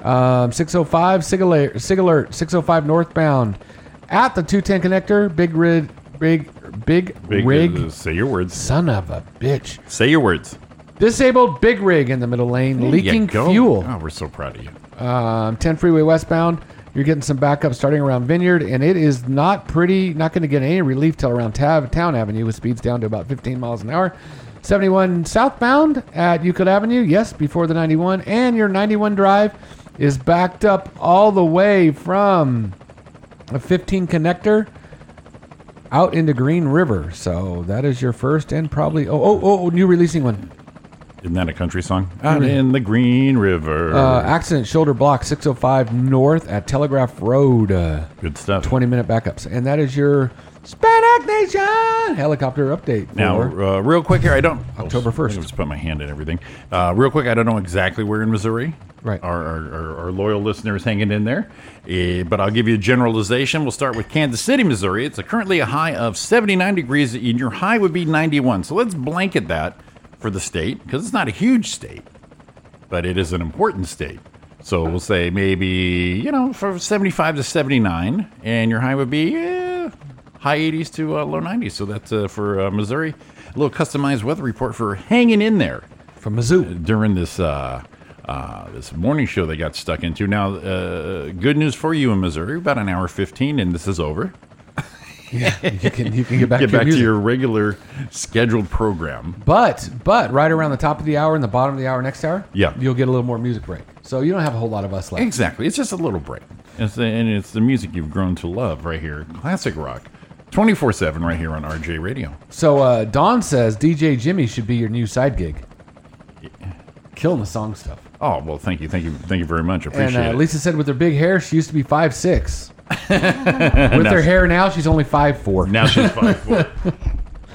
S7: Um, 605 sig alert, sig alert 605 northbound at the 210 connector. Big rig, big big,
S1: Big-
S7: rig.
S1: uh, say your words.
S7: Son of a bitch.
S1: Say your words.
S7: Disabled big rig in the middle lane,
S1: There you
S7: leaking
S1: go.
S7: fuel.
S1: Oh, we're so proud of you.
S7: Um, 10 freeway westbound. You're getting some backup starting around Vineyard, and it is not pretty. Not going to get any relief till around Tav- Town Avenue with speeds down to about 15 miles an hour. 71 southbound at Euclid Avenue, yes, before the 91, and your 91 drive is backed up all the way from a 15 connector out into Green River. So that is your first and probably oh oh oh new releasing one.
S1: Isn't that a country song? Out in the Green River.
S7: Mm. Uh, accident shoulder block 605 north at Telegraph Road. Uh,
S1: Good stuff.
S7: 20 minute backups. And that is your Spanac Nation helicopter update.
S1: Now,
S7: for-
S1: uh, real quick here, I don't.
S7: October
S1: Oh,
S7: 1st.
S1: I just put my hand in everything. Uh, real quick, I don't know exactly where in Missouri.
S7: Right.
S1: Our, our, our, our loyal listeners hanging in there. Eh, but I'll give you a generalization. We'll start with Kansas City, Missouri. It's a, currently a high of 79 degrees, and your high would be 91. So let's blanket that for the state because it's not a huge state, but it is an important state. So we'll say maybe, you know, from 75 to 79, and your high would be eh, high 80s to uh, low 90s. So that's uh, for uh, Missouri. A little customized weather report for hanging in there
S7: from Mizzou.
S1: during this uh, uh, this morning show they got stuck into. Now, uh, good news for you in Missouri, about an hour 15, and this is over.
S7: You can, you can get
S1: <laughs>
S7: back,
S1: Get back
S7: to, your
S1: to
S7: music.
S1: your regular scheduled program.
S7: But, but right around the top of the hour and the bottom of the hour next hour,
S1: Yeah.
S7: you'll get a little more music break. So you don't have a whole lot of us left.
S1: Exactly. It's just a little break. It's the, and it's the music you've grown to love right here. Classic rock. 24 7 right here on RJ Radio.
S7: So uh, Don says DJ Jimmy should be your new side gig. Killing the song stuff.
S1: Oh, well, thank you. Thank you. Thank you very much. Appreciate
S7: And uh,
S1: it.
S7: Lisa said with her big hair, she used to be
S1: <laughs>
S7: five six. with her hair now, she's only five four.
S1: now she's 5 foot.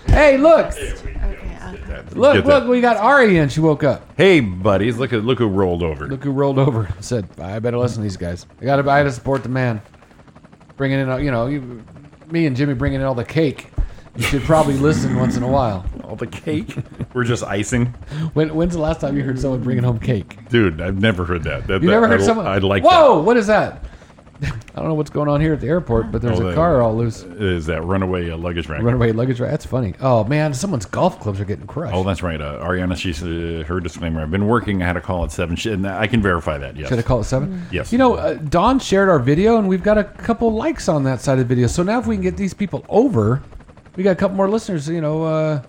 S7: Hey, look, look, <laughs>
S1: Get that.
S7: look, we got Ari and she woke up.
S1: Hey, buddies. Look, at, look who rolled over.
S7: Look who rolled over and said, I better listen to these guys. I gotta, I gotta support the man. Bringing in, all- you know, you, me and Jimmy bringing in all the cake. You should probably listen once in a while.
S1: All the cake. <laughs> We're just icing.
S7: When, when's the last time you heard someone bringing home cake?
S1: Dude, I've never heard that. that
S7: You never
S1: that-
S7: heard
S1: I,
S7: someone?
S1: I'd like
S7: Whoa, what is that? <laughs> I don't know what's going on here at the airport, but there's
S1: Oh,
S7: a
S1: the-
S7: car all loose.
S1: that. Is that runaway uh, luggage rack?
S7: Runaway luggage, right? That's funny. Oh man, someone's golf clubs are getting crushed.
S1: Oh, that's right. Uh, Ariana, she's uh, her disclaimer. I've been working. I had a call at seven. She, and I can verify that. Yes.
S7: Should I call it seven?
S1: Yes.
S7: You know, uh, Don shared our video, and we've got a couple likes on that side of the video. So now, if we can get these people over, we got a couple more listeners. You know, uh,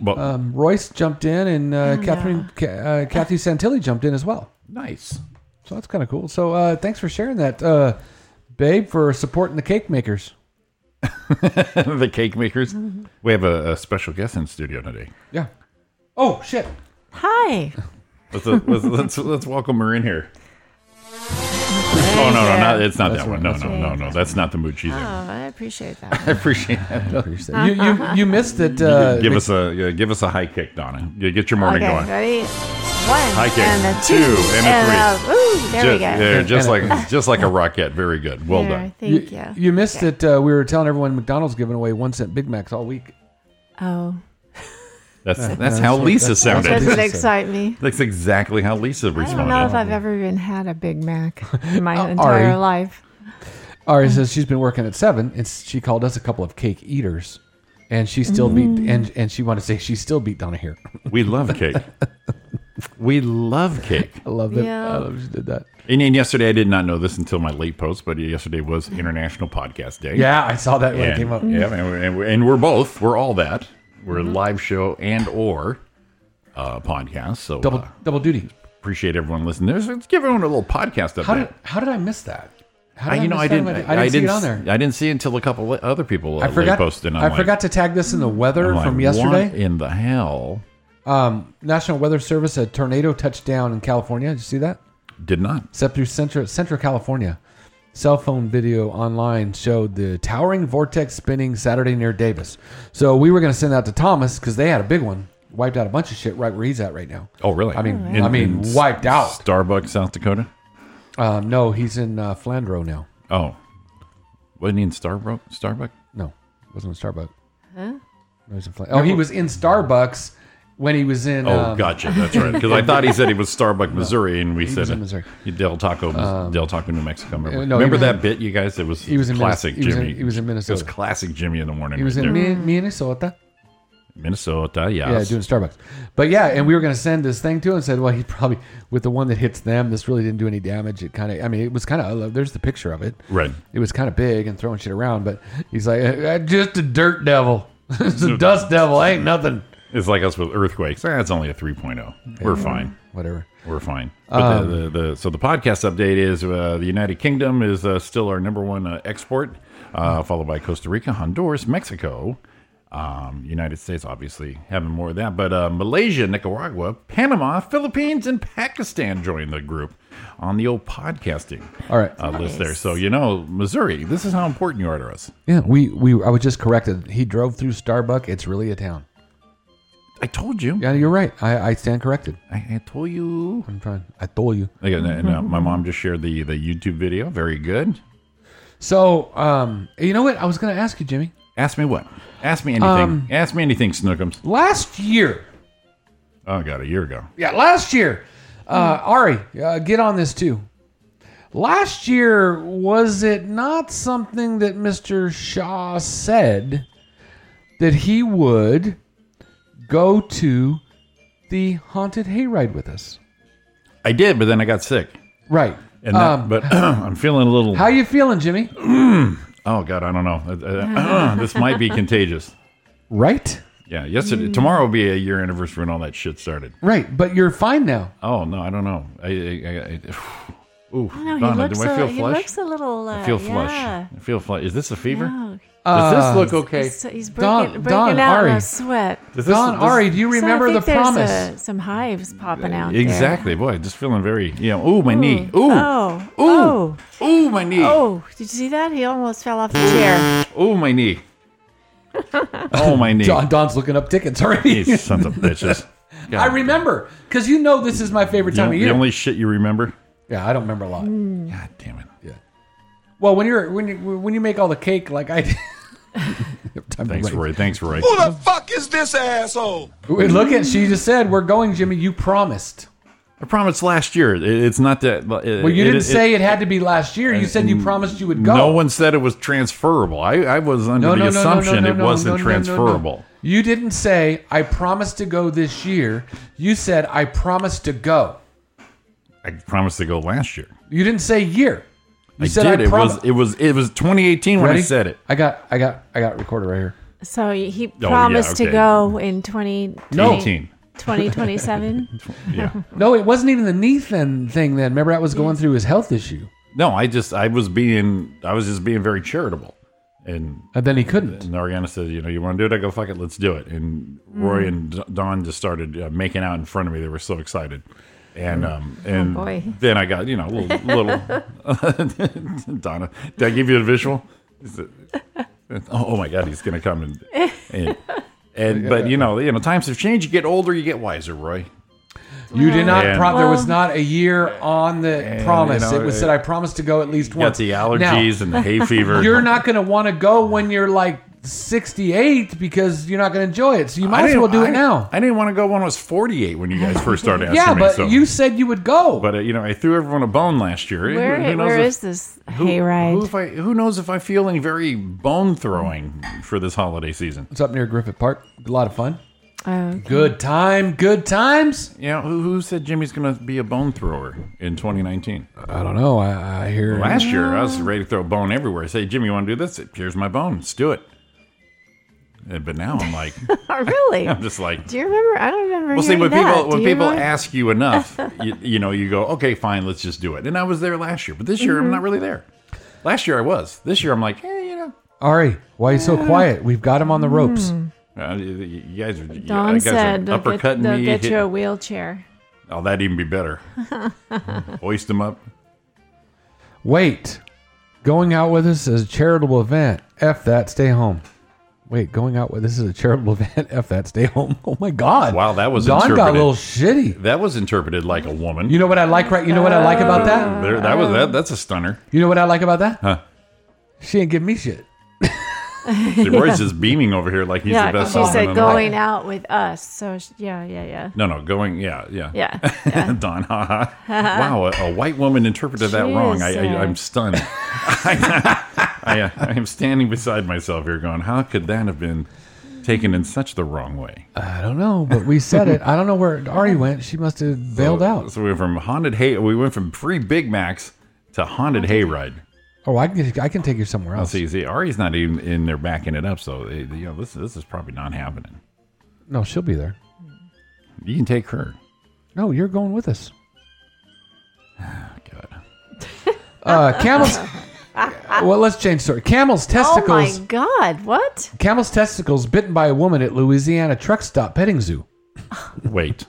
S1: Well,
S7: um, Royce jumped in, and uh, Catherine, Ca- uh, Kathy Santilli jumped in as well.
S1: nice.
S7: So that's kind of cool. So uh, thanks for sharing that, uh, babe, for supporting the cake makers.
S1: the cake makers. We have a, a special guest in studio today.
S7: Yeah. Oh shit!
S10: Hi.
S1: Let's, let's, let's, let's welcome her in here. Oh no no no! It's not that one. No no no no. That's not the mood she's in.
S10: Oh, I appreciate that.
S1: I appreciate that.
S7: You you, you missed it. Uh,
S1: give us a yeah, give us a high kick, Donna. Yeah, Get your morning
S10: okay,
S1: going.
S10: ready? One
S1: High kick.
S10: and a two,
S1: Two and a
S10: a- ooh, there we
S1: Ju-
S10: go.
S1: yeah, just like just like a rocket. Very good. Well
S10: There,
S1: done.
S10: Thank
S7: you,
S10: you.
S7: you missed it. Uh, we were telling everyone McDonald's giving away one cent Big Macs all week.
S10: Oh,
S1: That's that's how Lisa sounded.
S7: That's
S10: doesn't
S7: so-
S10: excite me.
S1: That's exactly how Lisa
S10: I don't know if
S1: responded.
S10: I've ever even had a Big
S1: <laughs>
S10: Mac in my
S7: Oh,
S10: entire
S7: Ari.
S10: life.
S7: Ari says she's been working at seven, and she called us a couple of cake eaters, and she still beat and and she wanted to say she still beat Donna here.
S1: We love cake. We love cake.
S7: I love that. I
S10: Yeah.
S7: love she did that.
S1: And, and yesterday, I did not know this until my late post, but yesterday was International Podcast Day.
S7: Yeah, I saw that when it
S1: and,
S7: came up. Mm-hmm.
S1: Yeah, and we're, and we're- and we're both. We're all that. We're a live show and or uh, podcast. So
S7: Double
S1: uh,
S7: double duty.
S1: appreciate everyone listening. There's, let's give everyone a little podcast update.
S7: How did how did I miss that? How
S1: I,
S7: did
S1: you know,
S7: miss
S1: I
S7: that?
S1: didn't.
S7: I didn't see it on there.
S1: s- I didn't see it until a couple of other people uh,
S7: I forgot.
S1: posted.
S7: I forgot to tag this in the weather from
S1: What
S7: yesterday.
S1: in the hell?
S7: Um, National Weather Service: a tornado touched down in California. Did you see that?
S1: Did not.
S7: Except through Central Central California. Cell phone video online showed the towering vortex spinning Saturday near Davis. So we were going to send that to Thomas because they had a big one, wiped out a bunch of shit right where he's at right now.
S1: Oh, really?
S7: I mean, I mean,
S1: in
S7: wiped out.
S1: Starbucks, South Dakota.
S7: Um, no, he's in uh, Flandreau now.
S1: Oh, wasn't he in Starbucks? Starbucks?
S7: No, wasn't in Starbucks. Huh? No, he's in Flan- oh, he was in Starbucks when he was in.
S1: Oh,
S7: um,
S1: gotcha. That's right. Because
S7: <laughs>
S1: I thought he said he was Starbucks, Missouri, and we said
S7: was in Missouri. Um,
S1: Del Taco, Del Taco, New Mexico. Remember,
S7: uh, no, he
S1: remember
S7: was
S1: that
S7: in-
S1: bit, you guys? It was
S7: he was in
S1: classic
S7: Minnes- he was in-
S1: Jimmy.
S7: he was in
S1: It
S7: Minnesota.
S1: was classic Jimmy in the morning.
S7: He was in
S1: right there.
S7: Mi- Minnesota.
S1: Minnesota.
S7: Yeah,
S1: Yes.
S7: doing Starbucks. But yeah, and we were going to send this thing to him and said, well, he probably, with the one that hits them, this really didn't do any damage. It kind of, I mean, it was kind of, there's the picture of it.
S1: Right.
S7: It was kind of big and throwing shit around, but he's like, "Eh, eh, just a dirt devil. <laughs> it's a dust devil. Ain't nothing.
S1: It's like us with earthquakes. That's only a 3.0. We're fine.
S7: Whatever.
S1: We're fine. But the, the, the, so the podcast update is uh, the United Kingdom is uh, still our number one uh, export, uh, followed by Costa Rica, Honduras, Mexico, um, United States, obviously having more of that. But uh, Malaysia, Nicaragua, Panama, Philippines, and Pakistan joined the group on the old podcasting
S7: All right.
S1: uh, list there. So you know, Missouri, this is how important you are to us.
S7: Yeah, we, we, I was just corrected. He drove through Starbucks. It's really a town.
S1: I told you.
S7: Yeah, you're right. I, I stand corrected.
S1: I, I told you.
S7: I'm trying. I told you.
S1: Okay, now- now, my mom just shared the the YouTube video. Very good.
S7: So, um, you know what? I was going to ask you, Jimmy.
S1: Ask me what? Ask me anything.
S7: Um,
S1: Ask me anything, Snookums.
S7: Last year,
S1: Oh god, a year ago.
S7: Yeah, last year. Uh, Ari, uh, get on this too. Last year, was it not something that Mr. Shaw said that he would go to the haunted hayride with us?
S1: I did, but then I got sick.
S7: Right.
S1: And that, but <clears throat> I'm feeling a little.
S7: Um, How you feeling, Jimmy?
S1: oh god, I don't know. Uh, uh, <clears throat> this might be contagious.
S7: Right?
S1: Yeah,
S7: Mm.
S1: yesterday, tomorrow will be a year anniversary when all that shit started.
S7: Right, but you're fine now.
S1: Oh no, I don't know. I, I, I, <sighs> I ooh,
S10: No, he
S1: Donna,
S10: looks
S1: do I
S10: a,
S1: feel
S10: he
S1: flush?
S10: looks a little. Uh,
S1: I feel flush.
S10: Yeah.
S1: I feel flush. Is this a fever?
S10: No,
S7: Uh,
S1: Does this look okay?
S10: he's, uh, he's
S7: Don-
S10: breaking, breaking
S7: Don,
S10: out
S7: Ari.
S10: in a sweat.
S1: Does this,
S7: Don,
S1: does-
S7: Ari, do you remember
S10: so I
S7: the
S10: think
S7: promise?
S10: there's, uh, some hives popping out. there.
S1: Exactly, boy. Just feeling very, you know. Ooh, my knee. Ooh,
S10: Oh.
S1: ooh,
S10: Oh.
S1: ooh, my knee.
S10: Oh, did you see that? He almost fell off the chair.
S1: Oh my
S10: <laughs>
S1: knee. Oh my knee.
S7: John Don's looking up tickets <laughs> already.
S1: These sons of bitches.
S7: <laughs>
S1: God.
S7: I remember because you know this is my favorite
S1: The,
S7: time of
S1: the
S7: year.
S1: only shit you remember.
S7: yeah, I don't remember a lot.
S1: God damn it.
S7: Well, when you're when you when you make all the cake like I <laughs> did. Time to
S1: Thanks,
S7: wait.
S1: Roy. Thanks, Roy.
S8: Who the fuck is this asshole?
S7: Wait, Look at she just said we're going, Jimmy. You promised.
S1: I promised last year. It, it's not that. It,
S7: Well, you
S1: it-
S7: didn't
S1: it-
S7: say it, had to be last year. You said you promised you would go.
S1: No one said it was transferable. I, I was under
S7: No,
S1: the
S7: no, no, no,
S1: assumption
S7: no, no,
S1: it
S7: no,
S1: wasn't
S7: no, no, no, no.
S1: transferable.
S7: You didn't say I promised to go this year. You said I promised to go.
S1: I promised to go last year.
S7: You didn't say year. You
S1: I
S7: said
S1: did.
S7: I
S1: it
S7: promised.
S1: was it was it was 2018 when I
S7: Ready?
S1: said it.
S7: I got I got I got recorded right here.
S10: So he he promised
S1: Oh, okay.
S10: to go in 20,
S1: No.
S10: 20
S1: 18.
S10: 2027.
S1: <laughs> Yeah.
S7: No, it wasn't even the Nathan thing then. Remember that was going through his health issue,
S1: no, I just I was being I was just being very charitable, and
S7: and then he couldn't.
S1: And Ariana said, "You know, you want to do it? I go, fuck it, let's do it." And Roy and D- Don just started uh, making out in front of me. They were so excited, and um, and
S10: boy.
S1: then I got you know a little little <laughs> Donna. Did I give you the visual? Is it- oh, oh my God, he's gonna come and and,
S7: <laughs>
S1: and but you know you know times have changed. You get older, you get wiser, Roy.
S7: You did not.
S1: And-
S7: Pro- there was not a year on the promise.
S1: you know,
S7: it was
S1: it-
S7: said I promised to go at least
S1: You got
S7: once.
S1: the
S7: Now,
S1: allergies and the
S7: <laughs>
S1: hay fever.
S7: you're not going to want to go when you're like 68 because you're not going to enjoy it. So you
S1: I
S7: might as
S1: didn't-
S7: well do
S1: I-
S7: it now.
S1: I didn't want to go when I was 48 when you guys first started asking
S7: <laughs> yeah,
S1: me.
S7: but
S1: so.
S7: you said you would go.
S1: But uh, you know, I threw everyone a bone last year.
S10: Where,
S1: Who knows
S10: where
S1: if-
S10: is this
S1: who- Who,
S10: hayride?
S1: if I, who knows if I feel any very bone throwing for this holiday season?
S7: it's up near Griffith Park. A lot of fun.
S10: Oh, <laughs>
S7: Good time, good times.
S1: Yeah, who, who said Jimmy's going to be a bone thrower in 2019?
S7: I don't know. I, I hear
S1: Uh, Last year, I was ready to throw a bone everywhere. I say, Jimmy, you want to do this? Here's my bone. Let's do it. Uh, But now I'm
S10: <laughs>
S1: like,
S10: Oh,
S1: <laughs>
S10: really?
S1: I'm just like,
S10: Do you remember? I don't remember.
S1: well, see,
S10: hearing
S1: when
S10: that.
S1: people when
S10: Do you
S1: people
S10: remember?
S1: ask you
S10: <laughs>
S1: enough, you, you know, you go, okay, fine, let's just do it. And I was there last year, but this year
S10: Mm-hmm.
S1: I'm not really there. Last year I was. This year I'm like, hey, you know,
S7: Ari, why are you so quiet? We've got him on the ropes.
S1: uh, you you guys are, you
S10: Don
S1: guys
S10: said,
S1: are
S10: they'll get,
S1: uppercutting
S10: they'll
S1: me.
S10: get
S1: <laughs>
S10: you a
S1: hitting-
S10: wheelchair.
S1: Oh, that'd even be
S10: <laughs>
S1: better. Hoist them up.
S7: Wait, going out with us is a charitable event. F that, stay home. Wait, going out with this is a charitable <laughs> event. F that, stay home. <laughs> Oh my God!
S1: Wow, that was
S7: Don got a
S1: interpreted.
S7: little shitty.
S1: That was interpreted like a woman.
S7: You know what I like, right? You know what I like about that?
S1: there, that was that. That's a
S10: <laughs>
S1: stunner.
S7: You know what I like about that?
S1: Huh.
S7: She ain't give me shit.
S1: See, Roy's just beaming over here like he's
S10: yeah,
S1: the best.
S10: she
S1: husband in
S10: said
S1: the world.
S10: going out with us. So sh- yeah, yeah, yeah.
S1: No, no, going. Yeah, yeah, <laughs>
S10: Yeah,
S1: Don, haha.
S10: <laughs>
S1: wow, a, a white woman interpreted that wrong. I, I, I'm
S10: Jesus.
S1: stunned. <laughs> I, I, uh, I am standing beside myself here, going, "How could that have been taken in such the wrong way?"
S7: I don't know, but we said it. I don't know where Ari went. She must have bailed out.
S1: So we went from haunted hay. We went from free Big Macs to haunted hayride.
S7: Oh, I can I can take you somewhere
S1: I'll
S7: else.
S1: see. See, Ari's not even in there backing it up, so eh, you know this. This is probably not happening.
S7: No, she'll be there.
S1: You can take her.
S7: No, you're going with us.
S1: Oh, God.
S7: Uh,
S10: <laughs>
S7: camels. well, let's change story. Camel's
S10: Oh my
S7: testicles.
S10: God! What?
S7: camel's testicles bitten by a woman at Louisiana truck stop petting zoo.
S1: Wait.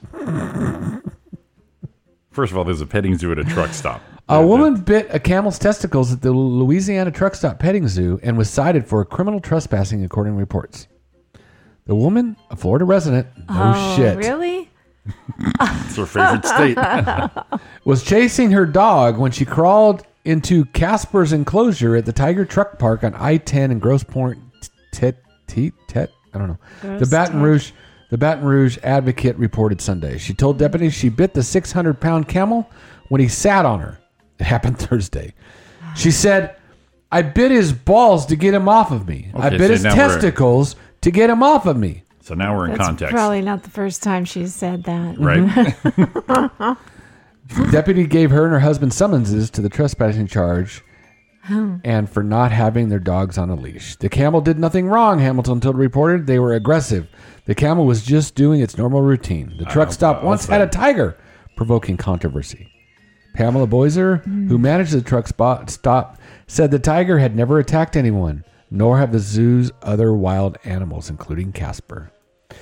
S1: First of all, there's a petting zoo at a truck stop.
S7: A woman bit a camel's testicles at the Louisiana truck stop petting zoo and was cited for criminal trespassing, according to reports. The woman, a Florida resident, no shit,
S10: Oh, Really?
S1: It's her favorite state. <laughs>
S7: was chasing her dog when she crawled into Casper's enclosure at the Tiger Truck Park on I-10 in Grosse Pointe. Tet, tet, tet, I don't know. the Baton Rouge, the Baton Rouge Advocate reported Sunday. She told deputies she bit the 600-pound camel when he sat on her. It happened <laughs> Thursday. She said, "I bit his balls to get him off of me. I
S1: Okay,
S7: bit
S1: so
S7: his
S1: now we're-
S7: testicles to get him off of me."
S1: So now we're in
S10: That's
S1: context,
S10: probably not the first time she's said that. <laughs>
S1: right?
S7: Deputy gave her and her husband summonses to the trespassing charge and for not having their dogs on a leash. The camel did nothing wrong, Hamilton told reported. They were aggressive. The camel was just doing its normal routine. The truck stop once had a tiger, provoking controversy. Pamela Boiser, who managed the truck spot stop, said the tiger had never attacked anyone, nor have the zoo's other wild animals, including Casper.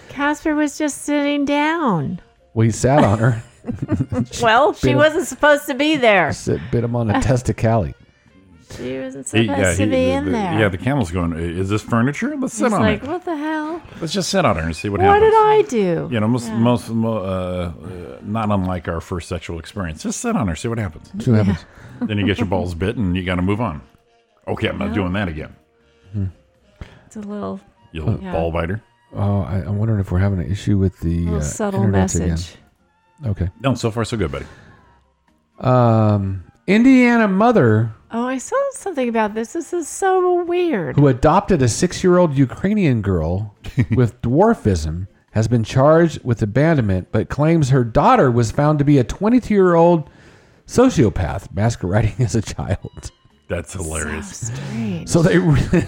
S10: Casper was just sitting down.
S7: We sat on her,
S10: Well, she
S7: been a-
S10: wasn't supposed to be there.
S7: sit, bit him on a testicale.
S10: She wasn't
S1: He-
S10: supposed to
S1: he-
S10: be
S1: the-
S10: in
S1: the-
S10: there.
S1: yeah, the camel's going. "I- Is this furniture? Let's sit
S10: He's
S1: on
S10: like,
S1: it.
S10: what the hell?
S1: Let's just sit on her and see what,
S10: What
S1: happens.
S10: did I do?
S1: you know, most most mo- uh, uh, not unlike our first sexual experience. Just sit on her, see what happens. <laughs>
S7: See what happens.
S1: then you get your balls bit, and you got to move on. Okay, I'm not doing that again.
S10: It's a little,
S1: You little
S10: Yeah.
S1: ball biter.
S7: Oh, I, I'm wondering if we're having an issue with the
S10: little
S7: uh,
S10: subtle
S7: internets
S10: message.
S7: Again. Okay.
S1: No, so far so good, buddy.
S7: Um, Indiana mother
S10: Oh, I saw something about this. This is so weird.
S7: who adopted a six-year-old Ukrainian girl with dwarfism has been charged with abandonment, but claims her daughter was found to be a 22-year-old sociopath masquerading as a child.
S1: That's hilarious.
S10: Strange.
S7: So they really-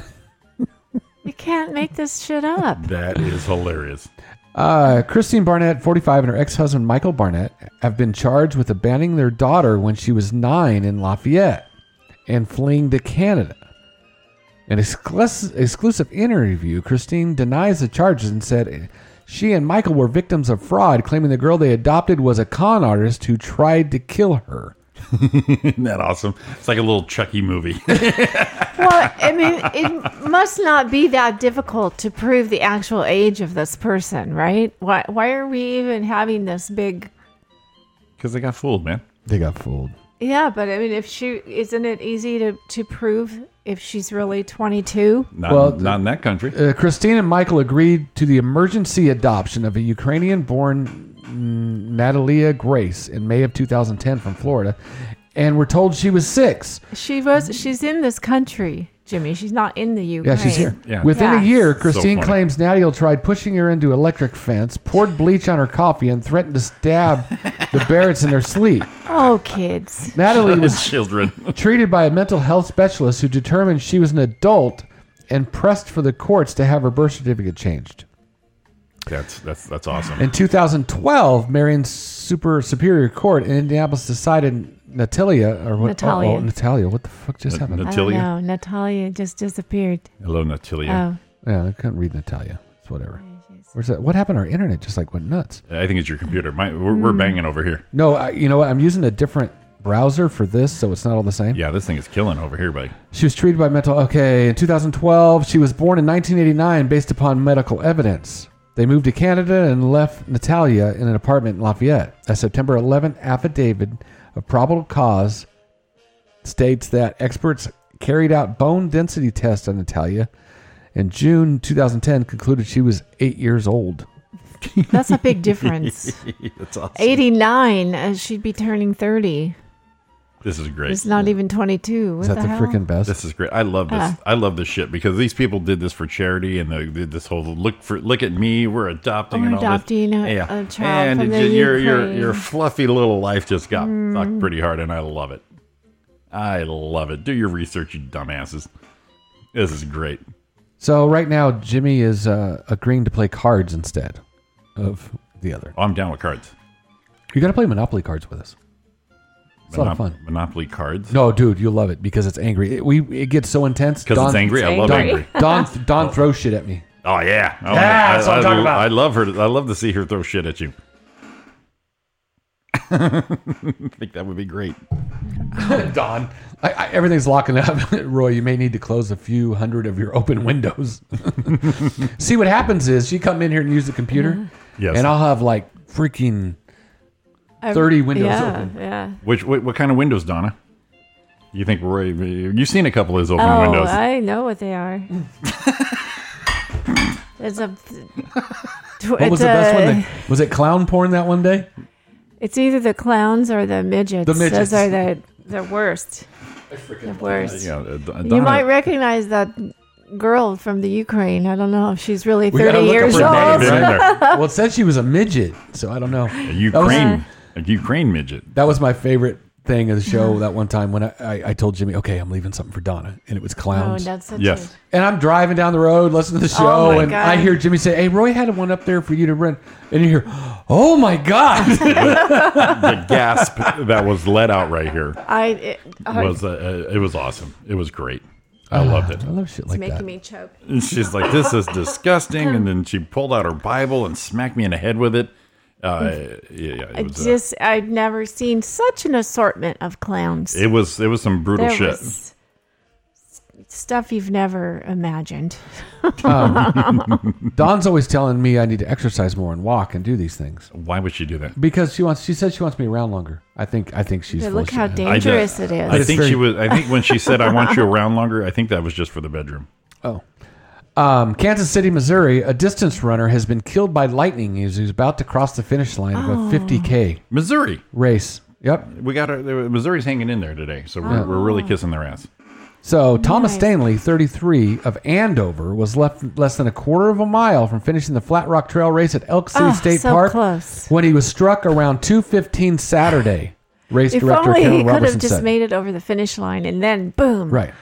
S10: You can't make this
S1: <laughs>
S10: shit up.
S1: That is hilarious. <laughs>
S7: Uh, Christine Barnett, 45, and her ex husband Michael Barnett have been charged with abandoning their daughter when she was nine in Lafayette and fleeing to Canada. In an exclus- exclusive interview, Christine denies the charges and said she and Michael were victims of fraud, claiming the girl they adopted was a con artist who tried to kill her.
S1: Isn't that awesome? It's like a little Chucky movie. <laughs>
S10: Well, I mean, it must not be that difficult to prove the actual age of this person, right? Why, why are we even having this big?
S1: Because they got fooled, man.
S7: They got fooled.
S10: Yeah, but I mean, if she isn't it easy to to prove if she's really twenty two?
S1: Not,
S7: Well,
S1: not in that country. <laughs>
S7: Uh, Christine and Michael agreed to the emergency adoption of a Ukrainian born Natalia Grace in May of 2010 from Florida and were told she was six.
S10: She was. She's in this country. Jimmy. She's not in the
S7: Yeah,
S10: Ukraine.
S7: she's here.
S1: Yeah.
S7: Within
S10: Yeah.
S7: a year, Christine
S1: funny.
S7: claims Nadiel tried pushing her into electric fence, poured bleach on her coffee, and threatened to stab the Barretts in their sleep.
S10: Oh, kids.
S7: Natalie was
S1: His children. <laughs>
S7: treated by a mental health specialist who determined she was an adult and pressed for the courts to have her birth certificate changed.
S1: That's that's that's awesome.
S7: In 2012, Marion's Super Superior Court in Indianapolis decided Natalia or what?
S10: Natalia.
S7: Oh, oh, Natalia. What the fuck just happened?
S10: I
S1: Natalia?
S10: don't know. Natalia just disappeared.
S1: Hello, Natalia.
S10: Oh,
S7: yeah, I couldn't read Natalia. It's whatever. Where's that? What happened? to Our internet just like went nuts.
S1: I think it's your computer. My, we're, we're banging over here.
S7: No, I, you know what? I'm using a different browser for this, so it's not all the same.
S1: Yeah, this thing is killing over here, buddy.
S7: She was treated by mental. Okay, in 2012, she was born in 1989 based upon medical evidence. They moved to Canada and left Natalia in an apartment in Lafayette. A September 11th affidavit of probable cause states that experts carried out bone density tests on Natalia. In June 2010, concluded she was eight years old.
S10: that's a big difference.
S1: <laughs> That's awesome.
S10: 89, uh, she'd be turning 30.
S1: This is great.
S10: It's not even 22. What
S7: Is that
S10: the,
S7: the,
S10: hell?
S7: freaking best?
S1: This is great. I love this.
S10: Yeah.
S1: I love this shit because these people did this for charity and they did this whole look for look at me. We're adopting
S10: We're
S1: and all this.
S10: adopting a- a child
S1: and
S10: from
S1: it ju-
S10: the
S1: your your
S10: Ukraine. Mm.
S1: your fluffy little life just got fucked pretty hard, and I love it. I love it. Do your research, you dumbasses. This is great.
S7: so right now, Jimmy is uh, agreeing to play cards instead of the other.
S1: Oh, I'm down with cards.
S7: You got to play Monopoly cards with us. It's a lot of
S1: Monop-
S7: fun.
S1: Monopoly cards.
S7: No, dude, you'll love it because it's angry. It, we it gets so intense.
S1: Because
S7: Dawn-
S1: it's angry. I
S10: It's
S1: love
S10: angry.
S1: angry.
S7: Dawn Dawn throws shit
S1: <laughs>
S7: at me.
S1: Oh yeah. Oh, yeah,
S7: that's what I'm talking about.
S1: I love her. I love to see her throw shit at you. <laughs> I think that would be great.
S7: Dawn, I, I, everything's locking up. <laughs> Roy, you may need to close a few hundred of your open windows. <laughs> See what happens is you come in here and use the computer,
S1: Mm-hmm. Yes.
S7: and I'll have like freaking
S10: Every-
S7: 30 windows
S10: yeah,
S7: open.
S10: Yeah.
S1: Which what, what kind of windows, Donna? You think Roy? You've seen a couple of his open
S10: Oh,
S1: windows.
S10: I know what
S1: <laughs>
S10: they are. it's a.
S7: What was the best one? that- was it clown porn that one day?
S10: It's either the clowns or the midgets.
S7: The midgets.
S10: Those are the, the worst. The worst.
S1: yeah, uh, D-
S10: You
S1: Donna-
S10: might recognize that girl from the Ukraine. I don't know if she's really
S7: We gotta
S10: 30
S7: look
S10: years
S7: up her
S10: old.
S7: name,
S1: Been
S7: right?
S1: there.
S7: well, it said she was a midget, so I don't know.
S1: A
S7: That was-
S1: Ukraine, a Ukraine midget.
S7: That was my favorite thing of the show that one time when I, I, I told Jimmy, okay, I'm leaving something for Donna, and it was
S10: Oh,
S7: clowns.
S10: that's such
S1: Yes.
S10: a-
S7: and I'm driving down the road, listening to the show,
S10: Oh, my
S7: and
S10: God.
S7: I hear Jimmy say, hey, Roy had one up there for you to rent. And you hear, oh my
S10: <laughs>
S7: God.
S1: The gasp <laughs> that was let out right
S10: <laughs>
S1: here
S10: I, it, oh,
S1: was uh, uh, it was awesome. It was great. I loved
S10: <sighs>
S1: it.
S7: I love shit like
S10: making
S7: that.
S10: me choke.
S1: And she's like, "This is disgusting," and then she pulled out her Bible and smacked me in the head with it. Uh, yeah, yeah,
S10: Mm. I
S1: it was. uh,
S10: just, I'd never seen such an assortment of clowns.
S1: it was it was some brutal
S10: There
S1: shit.
S10: was s- stuff you've never imagined.
S7: Don's always telling me I need to exercise more and walk and do these things
S1: Why would she do that?
S7: because she wants. She says she wants me around longer. I think. I think she's.
S10: But look
S7: full
S10: how
S7: of shit.
S1: I d-
S10: dangerous it is.
S1: I
S7: it's
S1: think
S7: very-
S1: she was. I think when she said, "I want you around longer," I think that was just for the bedroom.
S7: Oh. Um, Kansas City, Missouri, a distance runner has been killed by lightning as he was about to cross the finish line of
S10: Oh.
S7: a 50K
S1: Missouri,
S7: race. Yep.
S1: we got our, Missouri's hanging in there today, so we're, we're really
S7: Oh.
S1: kissing their ass.
S7: So Thomas Stanley, 33 of Andover, was left less than a quarter of a mile from finishing the Flat Rock Trail race at Elk City
S10: Oh,
S7: State
S10: so
S7: Park
S10: close.
S7: when he was struck around 2:15 Saturday. Race
S10: If
S7: director
S10: only he
S7: Karen
S10: could
S7: Robertson
S10: have just
S7: said.
S10: made it over the finish line and then boom. <laughs>
S1: <laughs>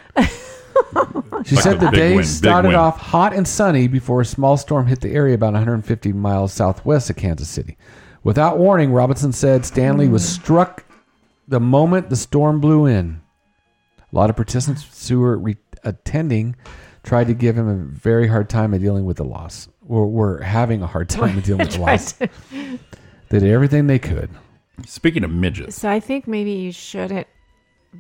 S7: Right. she
S1: Like
S7: said
S1: a
S7: the
S1: big
S7: day
S1: win, big
S7: started
S1: win.
S7: off hot and sunny before a small storm hit the area about 150 miles southwest of Kansas City. Without warning, Robinson said Stanley was struck the moment the storm blew in. A lot of participants who were re- attending tried to give him a very hard time of dealing with the loss. Or were having a hard
S1: <laughs>
S7: time of dealing with the
S10: Right.
S7: loss. They did everything they could.
S1: Speaking of midgets,
S10: So I think maybe you shouldn't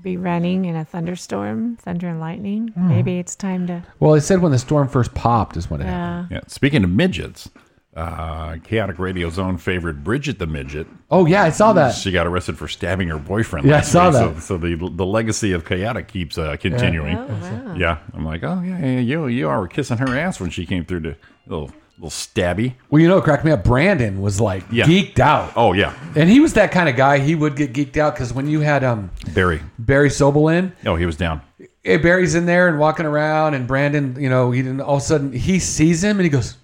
S10: be running in a thunderstorm, thunder and lightning.
S1: Hmm.
S10: Maybe it's time to. uh,
S7: Well, they said when the storm first popped is when it happened.
S10: Yeah.
S1: yeah. Speaking of midgets, uh, chaotic radio zone favorite Bridget the midget.
S7: Oh yeah, I saw that.
S1: She got arrested for stabbing her boyfriend.
S7: Yeah, I
S1: last
S7: saw
S1: week,
S7: that.
S1: So, so the the legacy of chaotic keeps uh, continuing.
S10: Oh, wow.
S1: Yeah, I'm like, oh yeah, yeah, you you all were kissing her ass when she came through the little little stabby.
S7: Well, you know, it cracked me up. Brandon was like
S1: Yeah.
S7: geeked out,
S1: Oh yeah,
S7: and he was that kind of guy. He would get geeked out because when you had um
S1: Barry.
S7: Barry Sobel in,
S1: Oh, he was down.
S7: hey, Barry's in there and walking around, and Brandon, you know, he didn't, all of a sudden he sees him and he goes,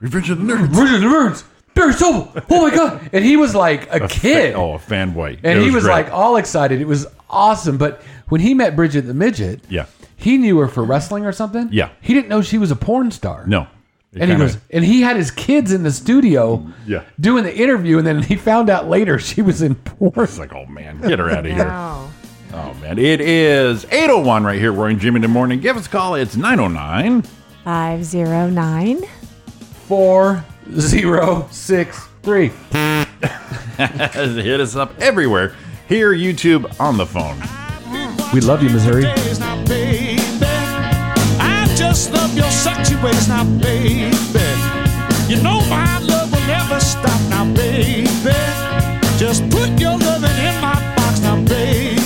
S1: Revenge of the Nerds.
S7: Richard Burns, Barry Sobel, oh my god! And he was like a kid,
S1: Oh, a fanboy.
S7: and
S1: It
S7: he was
S1: great.
S7: like all excited. It was awesome. But when he met Bridget the midget,
S1: Yeah.
S7: he knew her for wrestling or something.
S1: Yeah.
S7: he didn't know she was a porn star.
S1: no. It
S7: And he
S1: kinda-
S7: goes, and he had his kids in the studio,
S1: Yeah.
S7: doing the interview, and then he found out later she was in porn.
S1: It's like, oh man, get her out of here.
S10: Wow.
S1: Oh man, it is 801 right here, Roy and Jimmy in the morning. Give us a call. It's 909.
S10: 509.
S7: Four zero six three.
S1: <laughs> Hit us up everywhere. Here, YouTube, on the phone.
S7: We love you, Missouri.
S6: days now, baby. I just love your sexy ways now, baby. You know my love will never stop now, baby. Just put your loving in my box now, baby.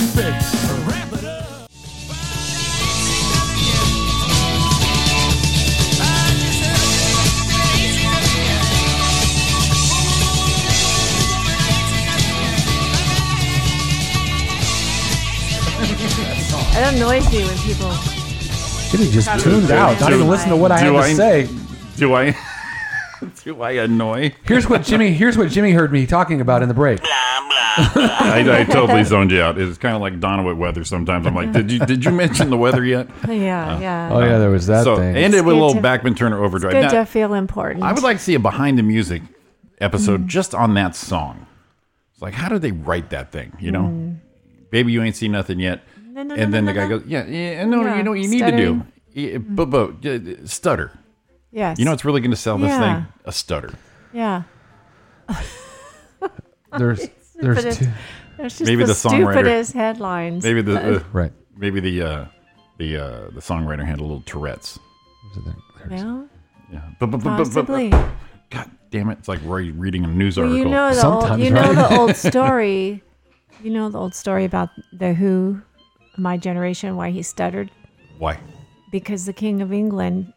S6: Wrap it up.
S10: It annoys me when people.
S7: It is just tuned out. Not
S1: Do-
S7: even listen to what I
S1: do
S7: had to
S1: I-
S7: say.
S1: Do I <laughs> do I annoy?
S7: Here's what Jimmy. Here's what Jimmy heard me talking about in the break.
S1: I, I totally zoned you out. It's kind of like Donna with weather. Sometimes I'm like, did you did you mention the weather yet?
S10: Yeah, yeah.
S7: Oh yeah, there was that
S1: so
S7: thing.
S1: end it with a
S10: Good
S1: little
S10: to-
S1: Backman Turner overdrive.
S10: Good
S1: Now,
S10: to feel important.
S1: I would like to see a behind the music episode
S10: Mm.
S1: just on that song. It's like, how did they write that thing? You know, baby, you ain't seen nothing yet.
S10: Mm. No, no,
S1: and
S10: no,
S1: then
S10: no,
S1: the guy
S10: no.
S1: goes, yeah, yeah, no,
S10: Yeah, Mm.
S1: you know what you need to do, Yeah, but but uh, stutter.
S10: yes.
S1: You know, it's really going to sell this
S10: Yeah.
S1: thing a stutter.
S10: yeah.
S7: There's
S10: <laughs> But
S7: there's
S10: it's-
S7: two.
S10: It's just
S1: Maybe
S10: the,
S1: the songwriter-
S10: stupidest headlines.
S1: Maybe the uh,
S7: Right.
S1: maybe the uh, the uh, the songwriter had a little Tourette's.
S10: No,
S1: Yeah, but but but but-
S10: possibly.
S1: but God damn it! It's like Roy reading a news
S10: Well,
S1: article.
S10: you know the old,
S7: Sometimes,
S10: you know
S7: right?
S10: the
S1: <laughs>
S10: old story. You know the old story about the Who, my generation, why he stuttered
S1: Why?
S10: because the King of England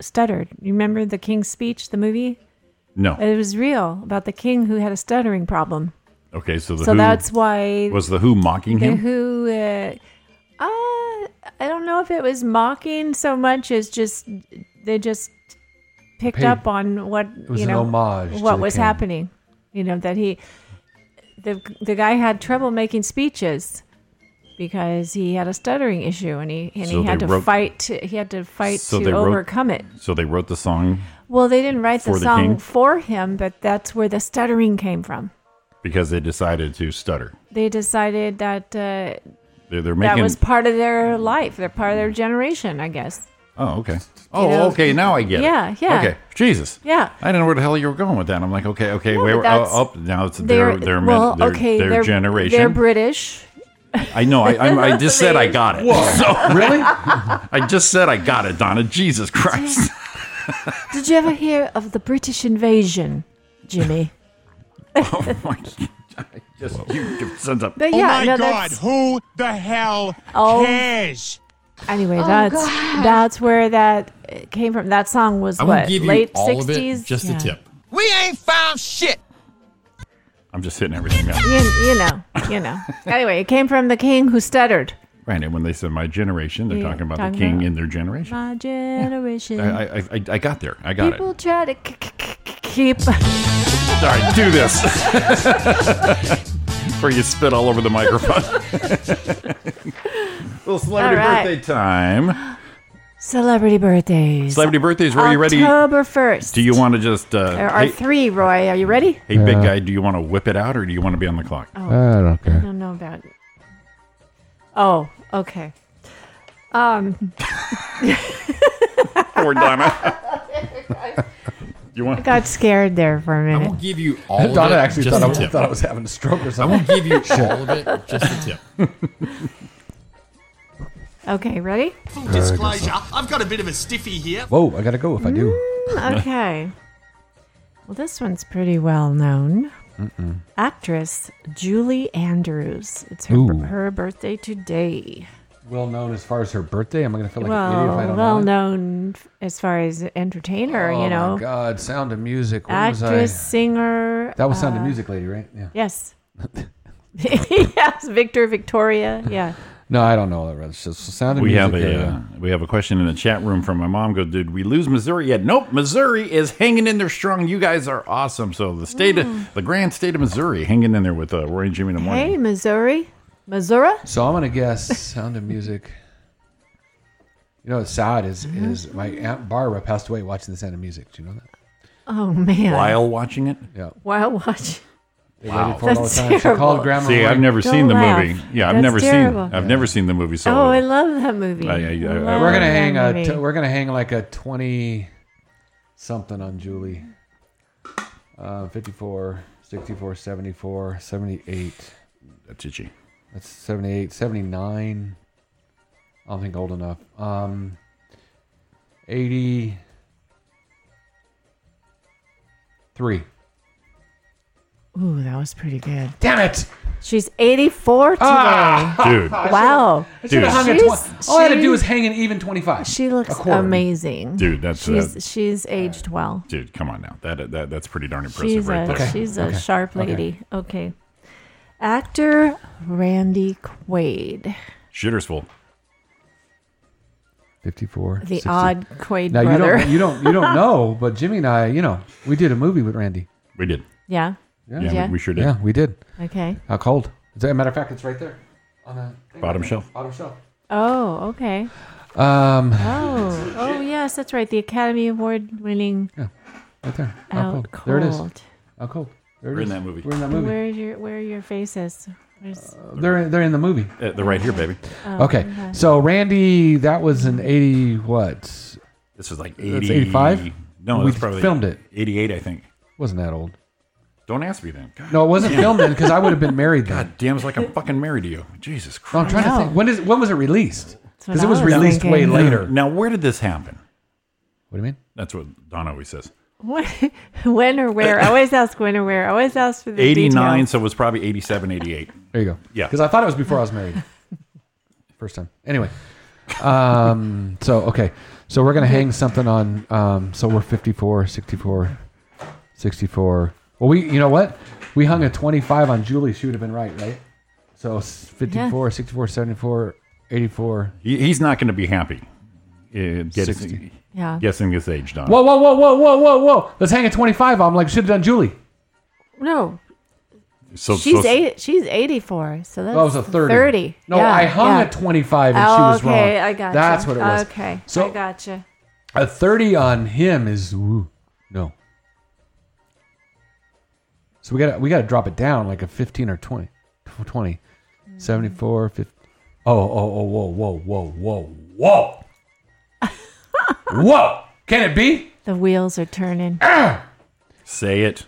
S10: stuttered. You remember the King's Speech, the movie?
S1: No.
S10: It was real about the king who had a stuttering problem.
S1: Okay, so the
S10: So
S1: who
S10: that's why
S1: was the who mocking
S10: the
S1: him.
S10: Who. Uh, uh, I don't know if it was mocking so much as just they just picked
S7: Paid-
S10: up on what
S7: was
S10: you
S7: an
S10: know
S7: homage to
S10: what
S7: the
S10: was
S7: king.
S10: happening. You know that he the the guy had trouble making speeches because he had a stuttering issue and he and
S1: So
S10: he had
S1: they
S10: to
S1: wrote-
S10: fight to, he had to fight
S1: So they
S10: to
S1: wrote-
S10: overcome it.
S1: So they wrote the song
S10: Well, they didn't write the
S1: For the
S10: song
S1: king?
S10: for him, but that's where the stuttering came from.
S1: because they decided to stutter.
S10: They decided that uh,
S1: They're, they're
S10: that
S1: making.
S10: was part of their life. They're part of their generation, I guess.
S1: oh, okay. Oh,
S10: know?
S1: okay. Now I get
S10: Yeah,
S1: it.
S10: yeah.
S1: Okay. Jesus.
S10: Yeah.
S1: I didn't know where the hell you were going with that. I'm like, okay, okay. we were
S10: that's-
S1: up. Now it's their their, men-
S10: well,
S1: their,
S10: okay,
S1: their
S10: they're,
S1: generation.
S10: They're British.
S1: I know. I, I'm,
S10: <laughs>
S1: I just said I got it. So, <laughs>
S7: Really?
S1: I just said I got it, Donna.
S10: <laughs>
S1: Jesus Christ. <laughs>
S10: Did you ever hear of the British invasion, <laughs> Jimmy?
S1: oh my. God. <laughs> I Just you give sense up.
S10: But yeah, no, that's
S8: Oh who the hell
S10: Oh.
S8: cares?
S10: anyway. that's that's where that uh, came from. That song was what late sixties. yeah.
S8: We ain't found shit.
S1: I'm just hitting everything up.
S10: You, you know, you <laughs> know. anyway, it came from the king who stuttered.
S1: Right, and when they said my generation, they're
S10: Yeah,
S1: talking about the
S10: talking
S1: king
S10: about-
S1: in their generation.
S10: My generation.
S1: I, I, I, I got there. I got
S10: People try to k- k- k- keep. <laughs>
S1: it. All right, do this. <laughs> Before you spit all over the microphone.
S10: <laughs>
S1: little celebrity
S10: All right.
S1: birthday time.
S10: Celebrity birthdays.
S1: Celebrity birthdays. Were you ready?
S10: October first.
S1: Do you want to just? Uh,
S10: There are
S1: hey,
S10: three, Roy. Are you ready?
S1: hey, big guy. Do you want to whip it out, or do you want to be on the clock?
S7: I don't
S10: I
S7: care.
S10: don't know about. Oh, okay. Um,
S1: Poor
S10: <laughs>
S1: Donna. you want?
S10: got scared there for a minute.
S11: give you all of
S7: Donna
S11: it,
S7: actually
S11: just
S7: thought
S11: a
S7: I, was,
S11: tip.
S7: thought I was having a stroke or
S11: I
S7: something.
S11: won't give
S7: <laughs>
S11: you all of it, just a tip.
S7: <laughs>
S10: Okay, ready?
S8: Disclosure, I've got a bit of a stiffy here.
S7: Whoa, I gotta go if I
S11: Mm.
S7: do.
S10: Okay. well, this one's pretty well known. Actress Julie Andrews. It's her,
S7: Ooh.
S10: her birthday today.
S7: Well known as far as her birthday. Am I gonna feel like an idiot if I
S10: well,
S7: don't
S10: well
S7: know?
S10: known f- as far as entertainer,
S7: Oh
S10: you know,
S7: my God! Sound of Music. Where
S10: actress,
S7: was
S10: singer. uh,
S7: I? That was Sound <laughs>
S10: <laughs>
S7: of Music, lady, right? Yeah.
S10: Yes. yes, Victor, Victoria. Yeah.
S7: No, I don't know that. It's just the sound of
S1: We
S7: music.
S1: have a uh, we have a question in the chat room from my mom. Go, did we lose Missouri yet? Nope, Missouri is hanging in there strong. You guys are awesome. So the state, of, the grand state of Missouri, hanging in there with uh, Roy and Jimmy in the morning.
S10: Mm. Hey, Missouri, Missouri.
S7: So I'm gonna guess sound of music. You know what's sad is is my aunt Barbara passed away watching the sound of music. Do you know that?
S10: Oh man.
S1: While watching it,
S7: yeah.
S10: Wild Watch.
S7: They waited for it all the time. She called Grandma
S1: See, I've
S7: Roy.
S1: never
S10: Don't
S1: seen the
S10: laugh.
S1: movie. Yeah, I've
S10: That's
S1: never
S10: terrible.
S1: seen. I've never seen the movie. So
S10: oh, I love that movie.
S7: Oh,
S1: I- I- I-
S10: Love
S7: uh, we're gonna
S10: that
S7: hang a
S10: movie.
S7: t- we're gonna hang like a twenty something on Julie. Uh, 54, 64, 74, 78.
S1: That's itchy.
S7: That's 78, 79. I don't think old enough. Um, 83.
S10: Ooh, that was pretty good.
S7: Damn it!
S10: She's 84 today.
S7: Ah, dude.
S10: Wow.
S7: I should've hung at
S10: She's-
S7: twen- all I had to do
S10: she-
S7: was hang an even 25.
S10: She looks
S7: quarter. uh,
S10: amazing.
S1: Dude, that's-
S10: she's
S1: that-
S10: she's aged well.
S1: dude, come on now. That, that that's pretty darn impressive,
S10: She's
S1: right
S10: a
S1: there.
S10: she's a
S1: Okay.
S10: sharp
S1: Okay.
S10: lady. Okay. Actor Randy Quaid,
S1: Shitter's full.
S7: 54.
S10: the odd Quaid
S7: Now you
S10: brother.
S7: don't you don't you don't know, but Jimmy and I, you know, we did a movie with Randy.
S1: We did.
S10: <laughs> yeah.
S7: Yeah, we did.
S10: Okay.
S7: How cold? As a matter of fact, it's right there on the thing.
S1: Bottom shelf.
S7: Bottom shelf.
S10: Oh, okay.
S7: Um,
S10: Oh, oh yes, that's right. The Academy uh, Award winning.
S7: Yeah, right there. How
S10: Out
S7: cold. Oh, There it is.
S10: Cold.
S7: How cold? There it
S1: We're in
S7: is.
S1: that movie.
S7: We're in that movie.
S10: Where's your where your face is? Where's,
S7: They're they're in the movie.
S1: Uh, they're right here, baby.
S10: Oh,
S7: okay.
S10: okay.
S7: so Randy, that was an eighty what?
S1: This was like
S7: That's
S1: 80
S7: 85?
S1: No,
S7: We
S1: that's probably
S7: filmed it.
S1: 88, I think.
S7: Wasn't that old?
S1: Don't ask me then. God
S7: No, it
S1: <laughs>
S7: wasn't
S1: damn.
S7: filmed then because I would have been married then.
S1: God damn, it's like I'm fucking married to you. Jesus
S7: No, I'm
S1: Christ.
S7: trying to think. When is when was it released?
S10: what
S7: Because it
S10: I
S7: was,
S10: was
S7: released way
S10: thinking.
S7: later.
S1: Now, where did this happen?
S7: What do you mean?
S1: That's what Don always says.
S10: What, <laughs> when or where? I always ask when or where. I always ask for the
S1: 89,
S10: details.
S1: so it was probably 87, 88.
S7: There you go.
S1: Yeah.
S7: Because I thought it was before I was
S10: <laughs>
S7: married. First time. Anyway. Um, so, okay. So we're going to hang something on. Um, so we're 54, 64, 64. Well, we, you know what? We hung a 25 on Julie. She would have been right, right? So s- 54, 64, 74, 84.
S1: He, he's not going to be happy uh, guessing,
S7: 60.
S10: Yeah.
S1: guessing this age, Don.
S7: Whoa, whoa, whoa, whoa, whoa, whoa, whoa. Let's hang a 25. I'm like, should have done Julie.
S1: Oh,
S10: No,
S1: so,
S10: she's
S1: so-
S10: eight. She's eighty-four. So that's
S7: That Oh, was a 30.
S10: Thirty.
S7: No,
S10: Yeah,
S7: I hung
S10: yeah.
S7: a 25 and
S10: oh,
S7: she was wrong.
S10: okay, I got
S7: That's what it was.
S10: Okay,
S7: So
S10: I gotcha.
S7: A 30 on him is woo, no. So we got to we got to drop it down like a 15 or 20. 20. 74 50. Oh, oh, oh, whoa, whoa, whoa, whoa,
S10: <laughs>
S7: whoa. whoa. Can it be?
S10: The wheels are turning.
S1: Say it.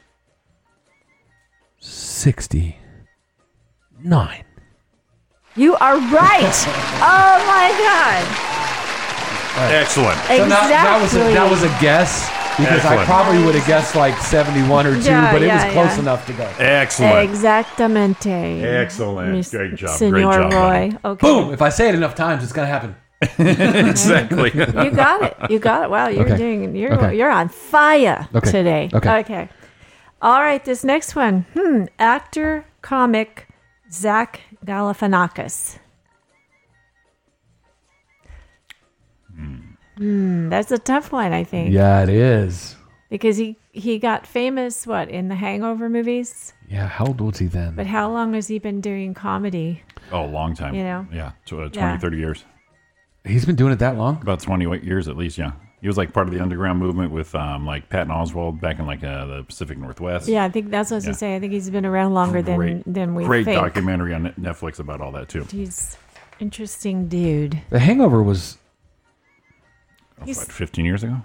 S7: 69.
S10: You
S7: <laughs>
S10: are right. oh my god!
S1: Excellent.
S7: So now, that was a, that was a
S10: Exactly.
S7: guess because I
S1: Excellent.
S7: probably would have guessed like 71 or 2,
S10: Yeah,
S7: but it
S10: yeah,
S7: was close
S10: yeah.
S7: enough to go.
S1: Excellent.
S10: Exactamente.
S1: Excellent.
S10: Miss-
S1: Great job. Great
S10: Senor
S1: job,
S10: Roy.
S1: buddy.
S10: Okay.
S7: Boom, if I say it enough times it's going to happen.
S1: exactly.
S10: <laughs> You got it. You got it. Wow, you're
S7: Okay.
S10: doing you're
S7: Okay.
S10: you're on fire
S7: Okay.
S10: today.
S7: Okay.
S10: All right, this next one. Hmm. Actor, comic, Zach Galifianakis. Hmm. That's a tough one, I think.
S7: Yeah, it is.
S10: Because he he got famous what in the Hangover movies,
S7: Yeah, how old was he then?
S10: but how long has he been doing comedy?
S1: oh, a long time.
S10: You know?
S1: Yeah, tw- uh, 20,
S10: Yeah.
S1: 30 years.
S7: He's been doing it that long?
S1: About 28 years at least, yeah. He was like part of the underground movement with um, like Patton Oswald back in like uh, the Pacific Northwest.
S10: Yeah, I think that's what I was gonna
S1: Yeah.
S10: say. I think he's been around longer
S1: Great-
S10: than than we
S1: Great
S10: think.
S1: documentary on Net- Netflix about all that too.
S10: He's interesting dude.
S7: The Hangover was.
S1: That's what, 15 years ago?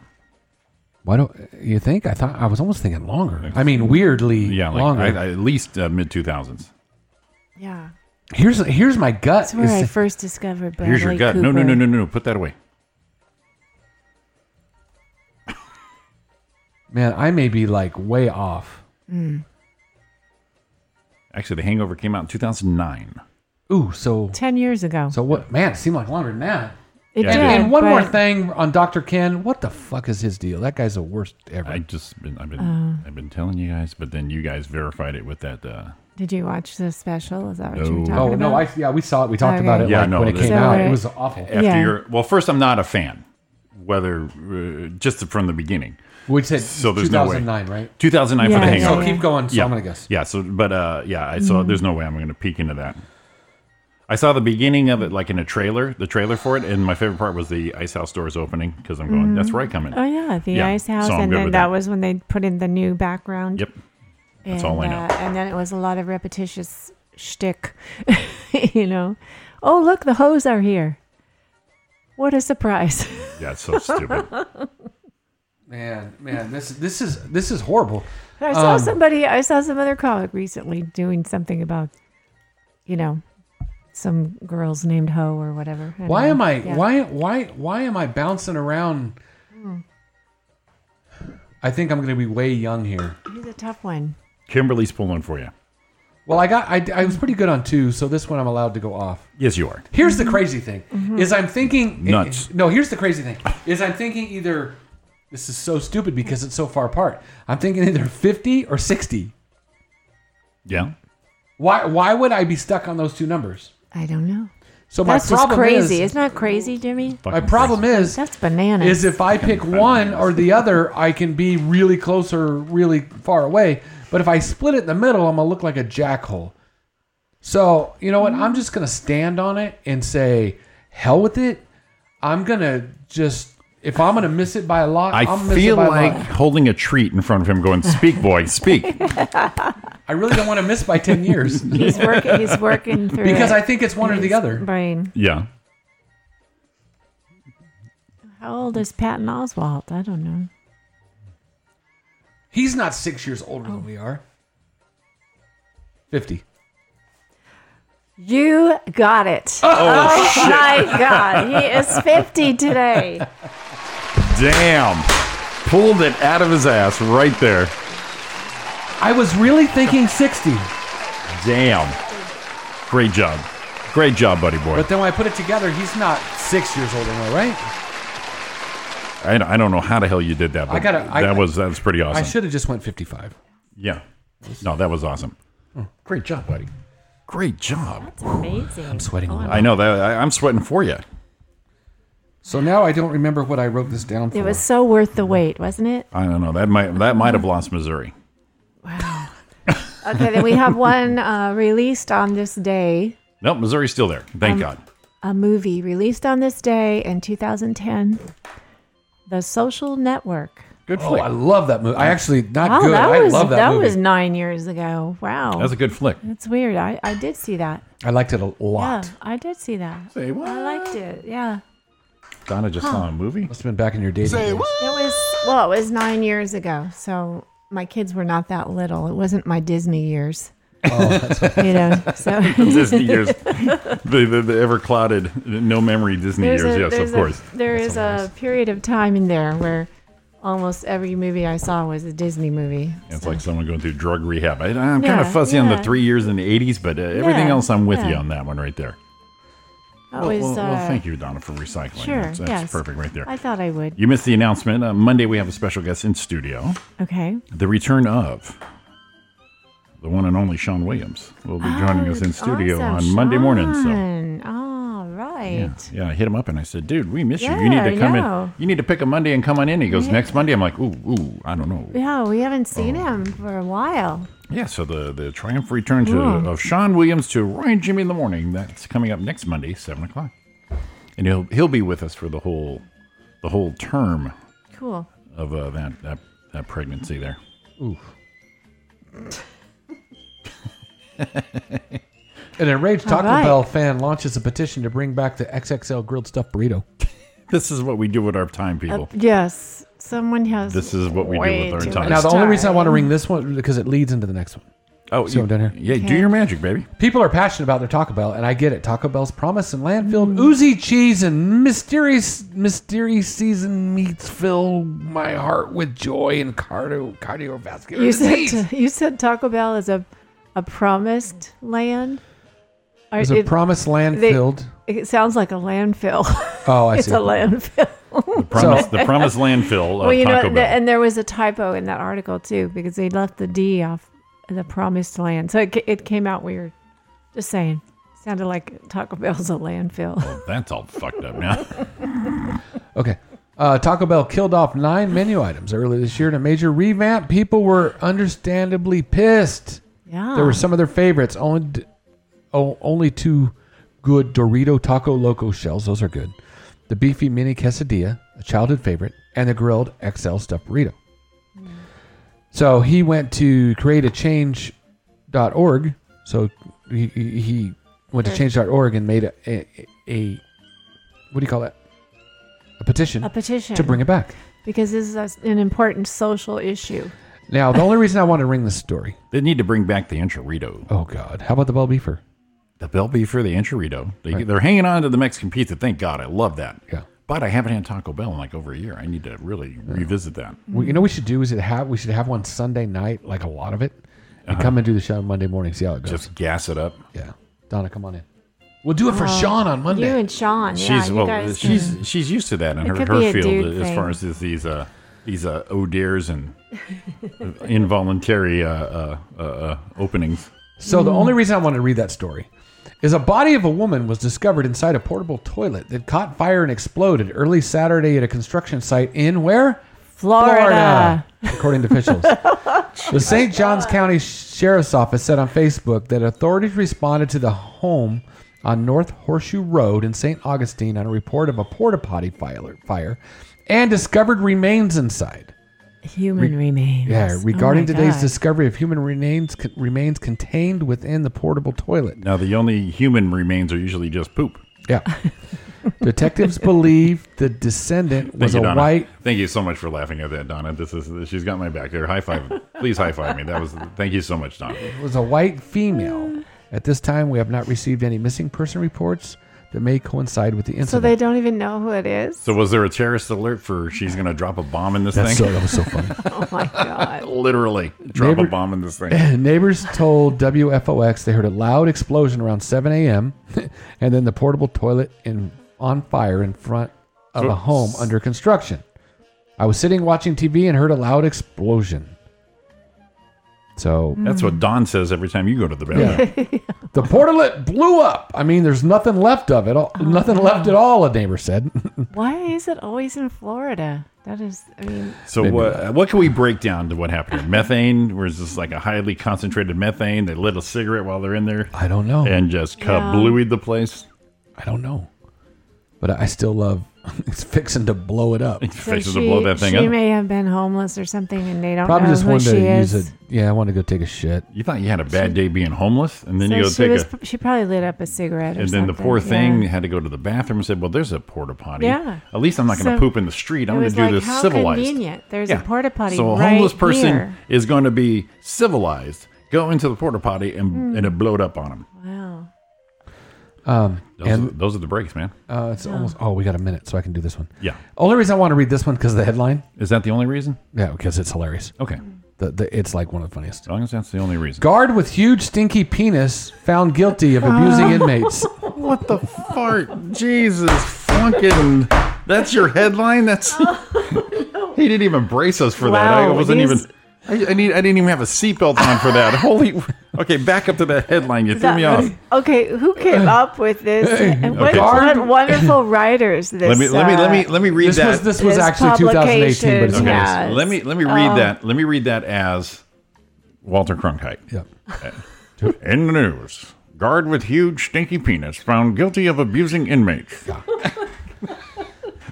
S7: Why don't you think? I thought I was almost thinking longer. I mean, weirdly
S1: Yeah, like
S7: longer.
S1: I, I- at least uh, mid 2000s.
S10: Yeah.
S7: here's here's my gut.
S10: That's where
S7: is-
S10: I first discovered Bradley
S1: Here's your gut. No, no, no, no, no, no. Put that away.
S7: man, I may be like way off.
S1: Actually, The Hangover came out in 2009.
S7: Ooh, so
S10: Ten years ago.
S7: so what? Man, it seemed like longer than that.
S10: it
S1: Yeah.
S10: did.
S1: Yeah,
S7: And one more
S10: but-
S7: thing on Doctor Ken. What the fuck is his deal? That guy's the worst ever.
S10: Oh.
S1: I just been I've been I've been telling you guys, but then you guys verified it with that uh,
S10: Did you watch the special? Is that what
S1: No.
S10: you were talking
S7: Oh,
S10: about?
S7: no, I- yeah, we saw it. We talked
S10: Okay.
S7: about it,
S1: yeah,
S7: like,
S1: no,
S7: when it
S1: this-
S7: came out. It was awful.
S1: After
S10: Yeah.
S1: your, well, first, I'm not a fan, whether uh, just from the beginning.
S7: Which said
S1: so there's no way.
S7: 2009, right?
S1: 2009 for
S7: Yeah,
S1: the
S7: yeah,
S1: Hangover.
S7: So keep going, so
S1: yeah.
S7: I'm gonna guess.
S1: Yeah. So, but uh, yeah, I so
S10: Mm-hmm.
S7: Mhm.
S1: there's no way I'm going to peek into that. I saw the beginning of it, like in a trailer, the trailer for it, and my favorite part was the Ice House doors opening because I'm going,
S10: Mhm.
S1: that's right, coming.
S10: Oh yeah, the ice house,
S1: so I'm
S10: and
S1: good
S10: then that,
S1: with that.
S10: was when they put in the new background.
S1: Yep. That's all I know.
S10: Uh, and then it was a lot of repetitious shtick, <laughs> you know. Oh look, the hoes are here. What a surprise! <laughs>
S1: Yeah, it's so
S7: <laughs>
S1: stupid.
S7: Man, man, this this is this is horrible.
S10: I saw
S7: Um,
S10: somebody, I saw some other comic recently doing something about, you know, some girls named Ho or whatever. And,
S7: Why
S10: uh,
S7: am I
S10: yeah.
S7: why why why am I bouncing around?
S10: Hmm.
S7: I think I'm going to be way young here.
S10: He's a tough one.
S1: Kimberly's pulling for you.
S7: Well, I got I, I was pretty good on two, so this one I'm allowed to go off.
S1: Yes, you are.
S7: Here's the crazy thing
S1: Mhm.
S7: is I'm thinking
S1: Nuts.
S7: no, here's the crazy thing is I'm thinking either this is so stupid because it's so far apart. I'm thinking either 50 or 60.
S1: Yeah.
S7: Why why would I be stuck on those two numbers?
S10: I don't know.
S7: So my
S10: That's just
S7: problem
S10: crazy.
S7: is
S10: Isn't that crazy, Jimmy?
S7: my problem is
S10: that's bananas.
S7: Is if I pick one or the other, I can be really close or really far away. But if I split it in the middle, I'm gonna look like a jackhole. So you know what? I'm just gonna stand on it and say, "Hell with it." I'm gonna just if I'm gonna miss it by a lot,
S1: I
S7: am
S1: feel
S7: miss it by
S1: like
S7: a lot.
S1: holding a treat in front of him, going, "Speak, boy, speak."
S7: <laughs> I really don't want to miss by
S1: <laughs>
S7: ten years.
S10: <laughs> He's working. He's working
S7: <laughs>
S10: through
S7: because
S10: it
S7: I think it's one
S10: in
S7: or the
S10: his
S7: other.
S10: Brain.
S1: Yeah.
S10: How old is Patton Oswalt? I don't know.
S7: He's not six years
S10: Oh.
S7: older than we are. Fifty.
S10: You got it.
S7: Oh, shit.
S10: my God.
S7: <laughs>
S10: He is 50 today.
S1: Damn. Pulled it out of his ass right there.
S7: I was really thinking 60.
S1: Damn. Great job. Great job, buddy boy.
S7: But then when I put it together, he's not six years older than we are, right?
S1: I, I don't know how the hell you did that, but
S7: I gotta- I-
S1: that was that was pretty awesome.
S7: I should have just went fifty-five.
S1: yeah. No, that was awesome. Great job, buddy. Great job. That's
S10: amazing. Oh, I'm
S7: sweating.
S1: I know that I, I'm sweating for you.
S7: So now I don't remember what I wrote this down for.
S10: It was so worth the wait, wasn't it?
S1: I don't know. That might that might have lost Missouri.
S10: <laughs> Okay, then we have one uh, released on this day.
S1: Nope, Missouri's still there. Thank
S10: Um,
S1: God.
S10: A movie released on this day in 2010 The Social Network.
S1: Good
S7: oh, I love that movie. I actually not
S10: Wow,
S7: good.
S10: that
S7: I
S10: was,
S7: love that, movie.
S10: was nine years ago. Wow.
S7: That's a good flick.
S10: That's weird. I, I did see that.
S7: I liked it a lot.
S10: Yeah, I did see that.
S1: Say what?
S10: I liked it. Yeah.
S1: Donna just
S10: Huh.
S1: saw a movie.
S10: <laughs>
S1: Must
S7: have been back in your dating. days.
S10: It was well, it was nine years ago, so my kids were not that little. It wasn't my Disney years.
S1: Oh, that's what-
S10: <laughs> you know.
S7: <laughs>
S10: So
S1: Disney years, the, the, the ever clouded, no memory Disney
S10: There's
S1: years.
S10: a-
S1: yes,
S10: there's
S1: of
S10: a-
S1: course.
S10: there is a period of time in there where almost every movie I saw was a Disney movie.
S1: It's like someone going through drug rehab. I, I'm kind
S10: Yeah,
S1: of fussy on the
S10: yeah.
S1: three years in the 80s, but uh, everything
S10: Yeah,
S1: else, I'm with you
S10: yeah.
S1: on that one right there.
S10: That
S1: well,
S10: was,
S1: well, well,
S10: uh,
S1: thank you, Donna, for recycling.
S10: Sure.
S1: that's that's
S10: yes.
S1: perfect right there.
S10: I thought I would.
S1: You missed the announcement. Uh, Monday, we have a special guest in studio.
S10: Okay.
S1: The return of the one and only Sean Williams will
S10: Oh,
S1: be joining us in studio on Monday morning. So.
S10: Fun. All right.
S1: Yeah, yeah, I hit him up and I said, "Dude, we miss you. You need
S10: Yeah,
S1: to come
S10: I know.
S1: in. You need to pick a Monday and come on in." He goes,
S10: Yeah.
S1: "Next Monday." I'm like, "Ooh, ooh, I don't know."
S10: Yeah, we haven't
S1: Oh.
S10: seen him for a while.
S1: Yeah, so the the triumph return to,
S10: Yeah.
S1: of Sean Williams to Ryan Jimmy in the morning. That's coming up next Monday, seven o'clock, and he'll he'll be with us for the whole the whole term
S10: Cool.
S1: of uh, that, that that pregnancy there.
S7: Ooh. <laughs> An enraged
S1: All
S7: Taco
S1: right.
S7: Bell fan launches a petition to bring back the XXL grilled stuffed burrito.
S1: This is what we do with our time, people.
S10: Uh, Oh, Yes, someone has.
S1: This is what we do
S10: way
S1: with our
S10: too
S1: time.
S10: much
S7: Now the only reason I want to ring this one because it leads into the next one.
S1: Oh,
S7: See what
S1: you-
S7: I'm doing here?
S1: yeah, do Okay. your magic, baby.
S7: People are passionate about their Taco Bell, and I get it. Taco Bell's promise and landfill,
S10: Mm.
S7: oozy cheese, and mysterious, mysterious seasoned meats fill my heart with joy and cardio, cardiovascular
S10: You said
S7: disease.
S10: you said Taco Bell is a a promised land. Are-
S7: It's a promised land
S10: they-
S7: filled.
S10: It sounds like a landfill.
S7: Oh, I
S10: <laughs> it's
S7: see.
S10: a landfill. The
S1: Promise, the promised landfill of
S10: <laughs> well, you know,
S1: Taco
S10: th-
S1: Bell.
S10: and there was a typo in that article too because they left the D off the promised land. So it, ca- it came out weird. Just saying. Sounded like Taco Bell's a landfill.
S1: <laughs> That's all fucked up now. <laughs>
S7: Okay. Uh, Taco Bell killed off nine menu items earlier this year in a major revamp. People were understandably pissed.
S10: Yeah.
S7: There were some of their favorites. Only, d- oh, only two good Dorito Taco Loco shells. Those are good. The beefy mini quesadilla, a childhood favorite, and the grilled XL stuffed burrito.
S10: Hmm.
S7: So he went to createachange.org. So he, he he went to change.org and made a, a, a what do you call that? A petition.
S10: A petition.
S7: To bring it back.
S10: Because this is a- an important social issue.
S7: Now, the only reason I want to ring this story.
S1: They need to bring back the enchilado.
S7: Oh, God. How about the bell beefer?
S1: The bell beefer, the enchilado. They,
S7: Right.
S1: They're hanging on to the Mexican pizza. Thank God. I love that.
S7: Yeah.
S1: But I haven't had Taco Bell in like over a year. I need to really revisit that.
S7: We, you know what we should do is it have we should have one Sunday night, like a lot of it, and come and do the show Monday morning, see how it goes.
S1: Just gas it up.
S7: Yeah. Donna, come on in. We'll do it for Sean on Monday.
S10: You and Sean. yeah,
S1: she's
S10: you
S1: well,
S10: guys
S1: she's
S10: can-
S1: she's used to that in
S10: It
S1: her,
S10: could be
S1: her
S10: a
S1: field
S10: dude
S1: as far as
S10: thing.
S1: this, these uh these uh oh dears
S10: <laughs>
S1: and involuntary uh, uh, uh, uh openings.
S7: So the only reason I wanted to read that story is a body of a woman was discovered inside a portable toilet that caught fire and exploded early Saturday at a construction site in where?
S10: Florida.
S7: according to officials.
S10: <laughs>
S7: the St. Johns County Sheriff's Office said on Facebook that authorities responded to the home on North Horseshoe Road in St. Augustine on a report of a porta potty fire, fire and discovered remains inside.
S10: human remains.
S7: Yeah,
S10: Oh
S7: regarding
S10: my
S7: today's
S10: God.
S7: discovery of human remains remains contained within the portable toilet.
S1: Now the only human remains are usually just poop.
S10: <laughs>
S7: Yeah. Detectives believe the descendant
S1: Thank
S7: was
S1: you,
S7: a
S1: Donna.
S7: white.
S1: Thank you so much for laughing at that, Donna. This is she's got my back there. High five. Please high five me. That was thank you so much, Donna.
S7: was a white
S10: Mm.
S7: female. At this time, we have not received any missing person reports that may coincide with the incident.
S10: So they don't even know who it is?
S1: So was there a terrorist alert for she's gonna drop a bomb in this
S7: That's
S1: thing?
S7: so- that was so <laughs> funny.
S10: Oh my God.
S1: Literally drop a
S7: Neighbor-
S1: bomb in this thing.
S7: Neighbors told WFOX they heard a loud explosion around 7 a.m. <laughs> and then the portable toilet in on fire in front of
S1: So-
S7: a home under construction. I was sitting watching TV and heard a loud explosion. So
S10: Mm.
S1: That's what Don says every time you go to the bathroom.
S7: The portalet blew up. I mean, there's nothing left of it. All, nothing left at all. A neighbor said. <laughs>
S10: Why is it always in Florida? That is, I mean,
S1: So
S7: Maybe
S1: what what can we break down to what happened? here? Methane, where it's just like a highly concentrated methane. They lit a cigarette while they're in there
S7: I don't know.
S1: and just kablooied the <laughs> place.
S7: I don't know. But I still love. <laughs> It's fixing to blow it
S10: <laughs>
S7: up.
S10: so
S1: Faces
S10: she,
S1: to blow that thing
S10: she
S1: up.
S10: may have been homeless or something and they don't
S7: Probably
S10: know
S7: just
S10: who
S7: wanted
S10: she
S7: to
S10: is.
S7: use it. Yeah, I want to go take a shit.
S1: you thought you had a bad day being homeless, and then
S10: So
S1: you go
S10: she,
S1: take
S10: was,
S1: a.
S10: she probably lit up a cigarette or
S1: And then the
S10: something,
S1: poor
S10: yeah.
S1: thing had to go to the bathroom and said, "Well, there's a porta potty.
S10: Yeah.
S1: At least I'm not going to
S10: So
S1: poop in the street. I'm going
S10: it
S1: to
S10: was
S1: do
S10: like,
S1: this
S10: how
S1: civilized."
S10: convenient. There's
S1: Yeah.
S10: a porta potty
S1: So a
S10: right
S1: homeless person
S10: here.
S1: is going to be civilized. Go into the porta potty and and it blowed up on him.
S10: Wow.
S7: Um,
S1: Those, are,
S7: and
S1: those are the breaks, man.
S7: uh, it's almost. Oh, we got a minute, so I can do this one.
S1: Yeah.
S7: Only reason I want to read this one because the headline.
S1: Is that the only reason?
S7: Yeah, because it's hilarious.
S1: Okay. As
S7: The, the, it's like one of the funniest.
S1: long as that's the only reason.
S7: Guard with huge stinky penis found guilty of
S10: <laughs>
S7: abusing inmates.
S1: What the fart? Jesus fucking. That's your headline?
S10: <laughs>
S1: That's. he didn't even brace us for that. I
S10: Oh, Wow,
S1: wasn't
S10: these-
S1: even. I, I need. I didn't even have a seatbelt on for that. <laughs> Holy. Okay, back up to that headline. You threw me
S10: That
S1: off.
S10: was- <laughs> okay,
S7: <laughs>
S10: who came up with this? And what,
S1: Okay.
S10: what <laughs> wonderful writers this uh,
S1: Let me. Let me. Let me. Let me read
S7: This
S1: that.
S7: was this was
S10: This
S7: actually 2018, but it's
S10: publication
S1: okay.
S7: hilarious.
S10: has- Yes. Oh.
S1: Let me. Let me read that. Let me read that as Walter Cronkite.
S7: Yep.
S1: In the news, guard with huge stinky penis found guilty of abusing inmates.
S10: <laughs>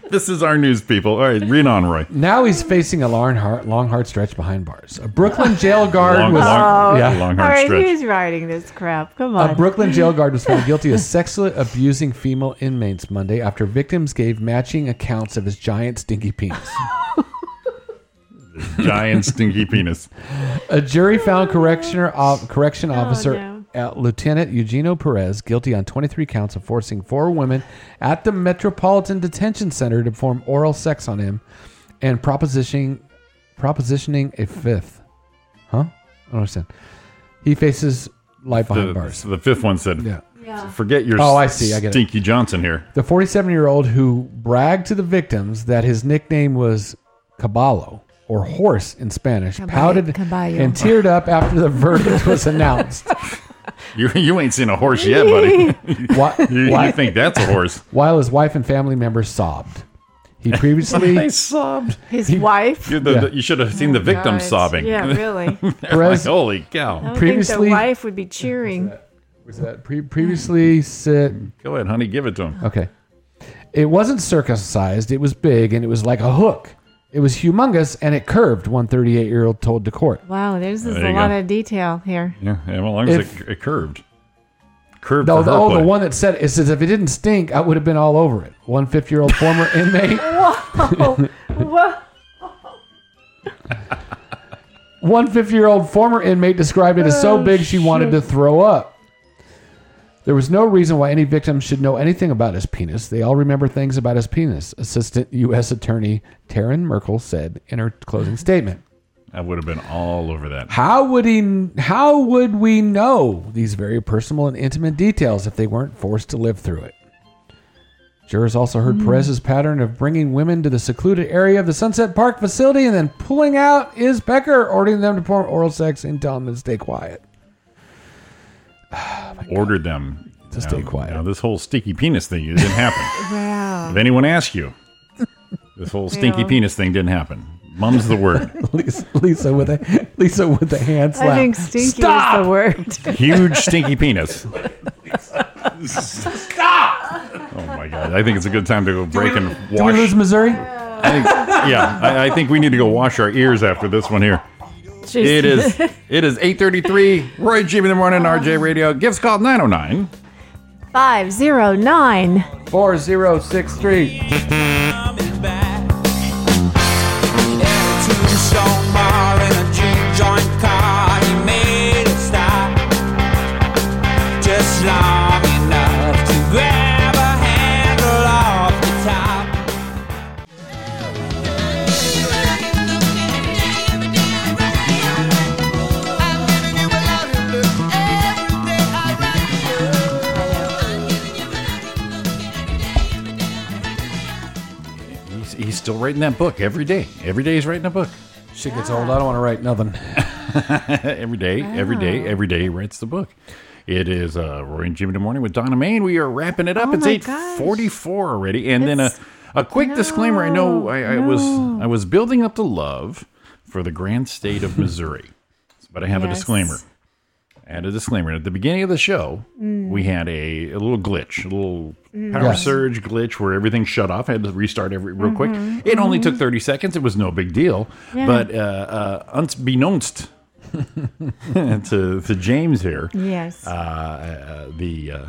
S1: this is our news, people. All right, read on, Roy.
S7: Now he's facing a long, hard, long, hard stretch behind bars. A Brooklyn jail guard
S1: Long,
S7: was
S1: long,
S7: yeah.
S1: long
S10: All
S1: hard
S10: right,
S1: stretch.
S10: who's writing this crap? Come on.
S7: A Brooklyn jail guard was found guilty of sexually abusing female inmates Monday after victims gave matching accounts of his giant stinky penis.
S1: Giant stinky
S7: <laughs>
S1: penis.
S7: A jury found correctioner of, correction officer uh, Lieutenant Eugenio Perez guilty on 23 counts of forcing four women at the Metropolitan Detention Center to perform oral sex on him and propositioning propositioning a fifth. Huh? I don't understand. He faces life behind
S1: The,
S7: bars.
S1: the fifth one said,
S7: Yeah.
S1: "Forget your
S7: Oh, I see. I get it.
S1: stinky Johnson here."
S7: The 47 year old who bragged to the victims that his nickname was Caballo or horse in Spanish,
S10: Caballo-
S7: pouted
S10: caballo.
S7: and teared up after the <laughs> verdict
S1: <laughs>
S7: was announced.
S1: You, you ain't seen a horse yet, buddy.
S10: <laughs>
S7: What?
S1: you, you
S7: What?
S1: think that's a horse?
S7: While his wife and family members sobbed,
S1: <laughs>
S7: he
S1: They
S7: previously
S1: sobbed.
S10: His wife.
S1: You, the,
S7: Yeah.
S1: the- you should have seen the victim
S10: God.
S1: sobbing. <laughs>
S10: Yeah, really. I
S1: They're like,
S7: Perez-
S1: Holy cow!
S10: don't think
S7: Previously-
S10: the wife would be cheering.
S7: was that pre- previously sit.
S1: Go ahead, honey. Give it to him.
S7: Okay, it wasn't circumcised. It was big and it was like a hook. It was humongous and it curved. One 38 year old told the court.
S10: Wow, there's just
S1: There
S10: a
S1: you
S10: lot
S1: go.
S10: of detail here.
S1: <laughs> Yeah, yeah, well, as long as
S7: If-
S1: it, it curved. Curved
S7: No,
S1: for
S7: the,
S1: her
S7: oh,
S1: play.
S7: the one that said it says if it didn't stink, I would have been all over it. One 50 year old former inmate.
S10: Whoa, whoa.
S7: One 50 year old former inmate described it as so big she wanted to throw up. There was no reason why any victim should know anything about his penis. They all remember things about his penis, Assistant U.S. Attorney Taryn Merkel said in her closing statement.
S1: I would have been all over that.
S7: How would he? How would we know these very personal and intimate details if they weren't forced to live through it? Jurors also
S10: Hmm.
S7: heard Perez's pattern of bringing women to the secluded area of the Sunset Park facility and then pulling out his pecker, ordering them to perform oral sex and telling them to stay quiet. <laughs>
S1: Ordered them
S7: To stay quiet.
S1: Now, this whole stinky penis thing it didn't happen.
S10: <laughs> Wow.
S1: if anyone asks you, this whole stinky
S10: Yeah.
S1: penis thing didn't happen. Mum's the word.
S7: Lisa, Lisa with a Lisa with a hand slap.
S10: I think stinky
S7: Stop!
S10: is
S7: <laughs>
S10: the word.
S1: Huge stinky penis. Stop! Oh my god! I think it's a good time to go break and
S7: Do we
S1: wash.
S7: lose Missouri?
S1: I think- yeah, I, I think we need to go wash our ears after this one here.
S10: Jeez.
S1: It
S10: <laughs>
S1: is it is 8:33. Roy G in the morning, RJ Radio. Gifts called 909.
S10: Five zero nine.
S7: Four zero six three.
S6: Just long enough to grab a handle off the top.
S1: He's, he's still writing that book every day. Every day he's writing a book.
S7: Shit gets old. I don't want to write nothing.
S1: Eh, every day, every day, every day he writes the book. It is uh, Roy and Jim in the morning with Donna Main. We are wrapping it up.
S10: Oh
S1: it's
S10: my
S1: eight forty-four already, and then a,
S10: It's-
S1: a quick disclaimer. I know I, I was
S10: no.
S1: I was building up the love for the grand state
S10: <laughs>
S1: of Missouri, but I have a
S10: Yes.
S1: disclaimer. I had a disclaimer at the beginning of the show. We had a, a little glitch, a little power
S7: Yes.
S1: surge glitch where everything shut off. I had to restart every real quick. It only took thirty seconds. It was no big deal, but uh, uh, unbeknownst <laughs> to to James here.
S10: Yes.
S1: Uh, uh, the uh,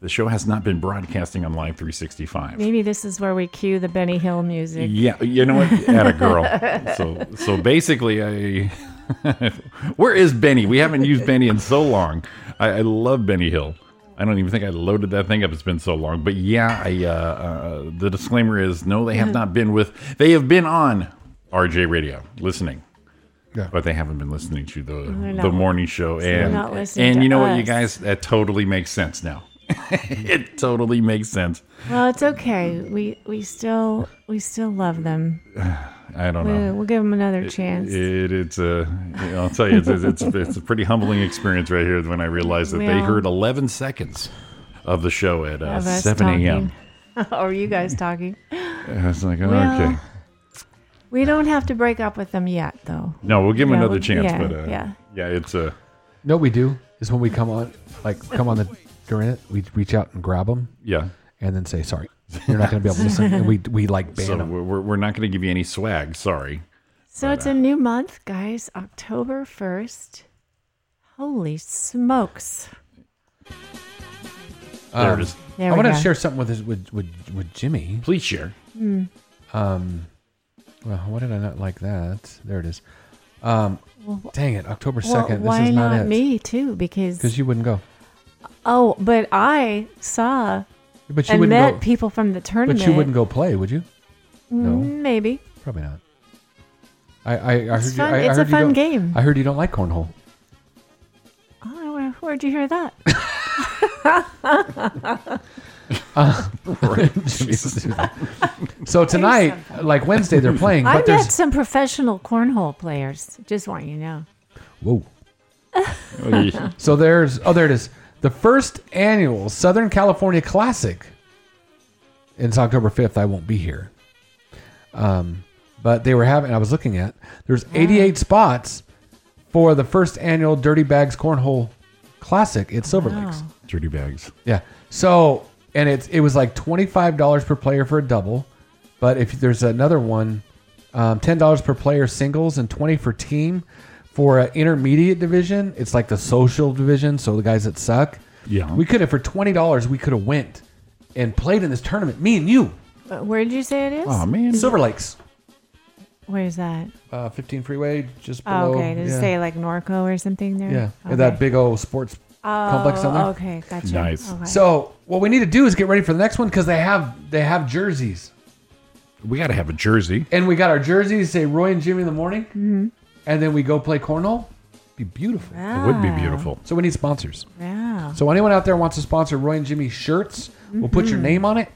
S1: the show has not been broadcasting on Live 365.
S10: Maybe this is where we cue the Benny Hill music.
S1: Yeah, you know what? At a girl.
S10: <laughs>
S1: so so basically, I <laughs> where is Benny? We haven't used Benny in so long. I, I love Benny Hill. I don't even think I loaded that thing up. It's been so long. But yeah, I, uh, uh, the disclaimer is no,
S10: Mm-hmm.
S1: they have not been with. They have been on RJ Radio listening.
S7: Yeah.
S1: But they haven't been listening to the
S10: not-
S1: the morning show, and
S10: not listening
S1: and
S10: to
S1: you know what,
S10: us.
S1: you guys, that totally makes sense now. <laughs> it totally makes sense.
S10: Well, it's okay. We we still we still love them.
S1: I don't
S10: We,
S1: know.
S10: we'll give them another chance.
S1: It, it's a, I'll tell you, it's, it's, it's a pretty humbling experience right here when I realized that they
S10: Yeah.
S1: heard 11 seconds of the show at uh,
S10: Of us
S1: 7 a.m.
S10: talking. <laughs> or you guys talking?
S1: I was like, oh,
S10: Well-
S1: okay.
S10: We don't have to break up with them yet, though.
S1: No, we'll give them
S10: Yeah,
S1: another
S10: we-
S1: chance.
S10: yeah,
S1: but uh,
S10: yeah.
S1: yeah, it's a,
S7: No, we do is when we come on, like come on the during it, we reach out and grab them
S1: yeah.
S7: and then say sorry. You're not going to be able to listen, and we we like ban
S1: So
S7: 'em.
S1: we're, we're- we're not going to give you any swag. Sorry.
S10: So it's a new month, guys. October first. Holy smokes!
S1: There it is.
S10: There
S7: I
S10: we
S7: want to
S10: go.
S7: share something with his, with with with Jimmy.
S1: Please share.
S7: Well, why did I not like that? There it is. Um, dang it, October
S10: Well,
S7: second.
S10: why
S7: this is not, it.
S10: me too? Because
S7: Because you wouldn't go,
S10: oh, but I saw
S7: but you
S10: and
S7: wouldn't
S10: met
S7: go.
S10: people from the tournament. Mm,
S7: But you wouldn't go play, would you? No,
S10: Maybe.
S7: probably not. I I, I heard you.
S10: fun.
S7: I, I
S10: It's a
S7: heard you
S10: fun
S7: don't-
S10: game.
S7: I heard you don't like cornhole. <laughs>
S10: Oh, where- where'd you hear that? <laughs>
S1: Right. Jesus.
S7: So tonight, like Wednesday, they're playing,
S10: I
S7: but
S10: met
S7: there's
S10: some professional cornhole players. Just want you to know.
S7: whoa. so there's oh there it is the first annual Southern California Classic. And It's October fifth. I won't be here. Um, but they were having. I was looking at there's 88 spots for the first annual Dirty Bags Cornhole Classic at Silver Lakes.
S1: Dirty bags.
S7: Yeah. So and it's it was like twenty five dollars per player for a double, but if there's another one, um, ten dollars per player singles and twenty for team. For an intermediate division, it's like the social division, so the guys that suck.
S1: Yeah.
S7: We could have for twenty dollars, we could have went and played in this tournament. Me and you.
S10: Uh, Where did you say it is?
S7: Um, Silver Lakes,
S10: Where is that?
S7: uh, fifteen freeway, just
S10: Oh,
S7: below.
S10: okay. Did
S7: yeah.
S10: it say like Norco or something there?
S7: Yeah,
S10: Okay.
S7: that big old sports
S10: Oh,
S7: complex down there.
S10: okay, gotcha. Nice. Okay.
S7: So what we need to do is get ready for the next one because they have they have jerseys
S1: We got to have a jersey.
S7: and we got our jerseys say Roy and Jimmy in the morning,
S10: Mm-hmm.
S7: and then we go play cornhole. Be beautiful.
S1: It would be
S10: Ah.
S1: beautiful.
S7: So we need sponsors.
S10: Yeah.
S7: So anyone out there wants to sponsor Roy and Jimmy shirts, we'll put your
S10: Mhm.
S7: name on it,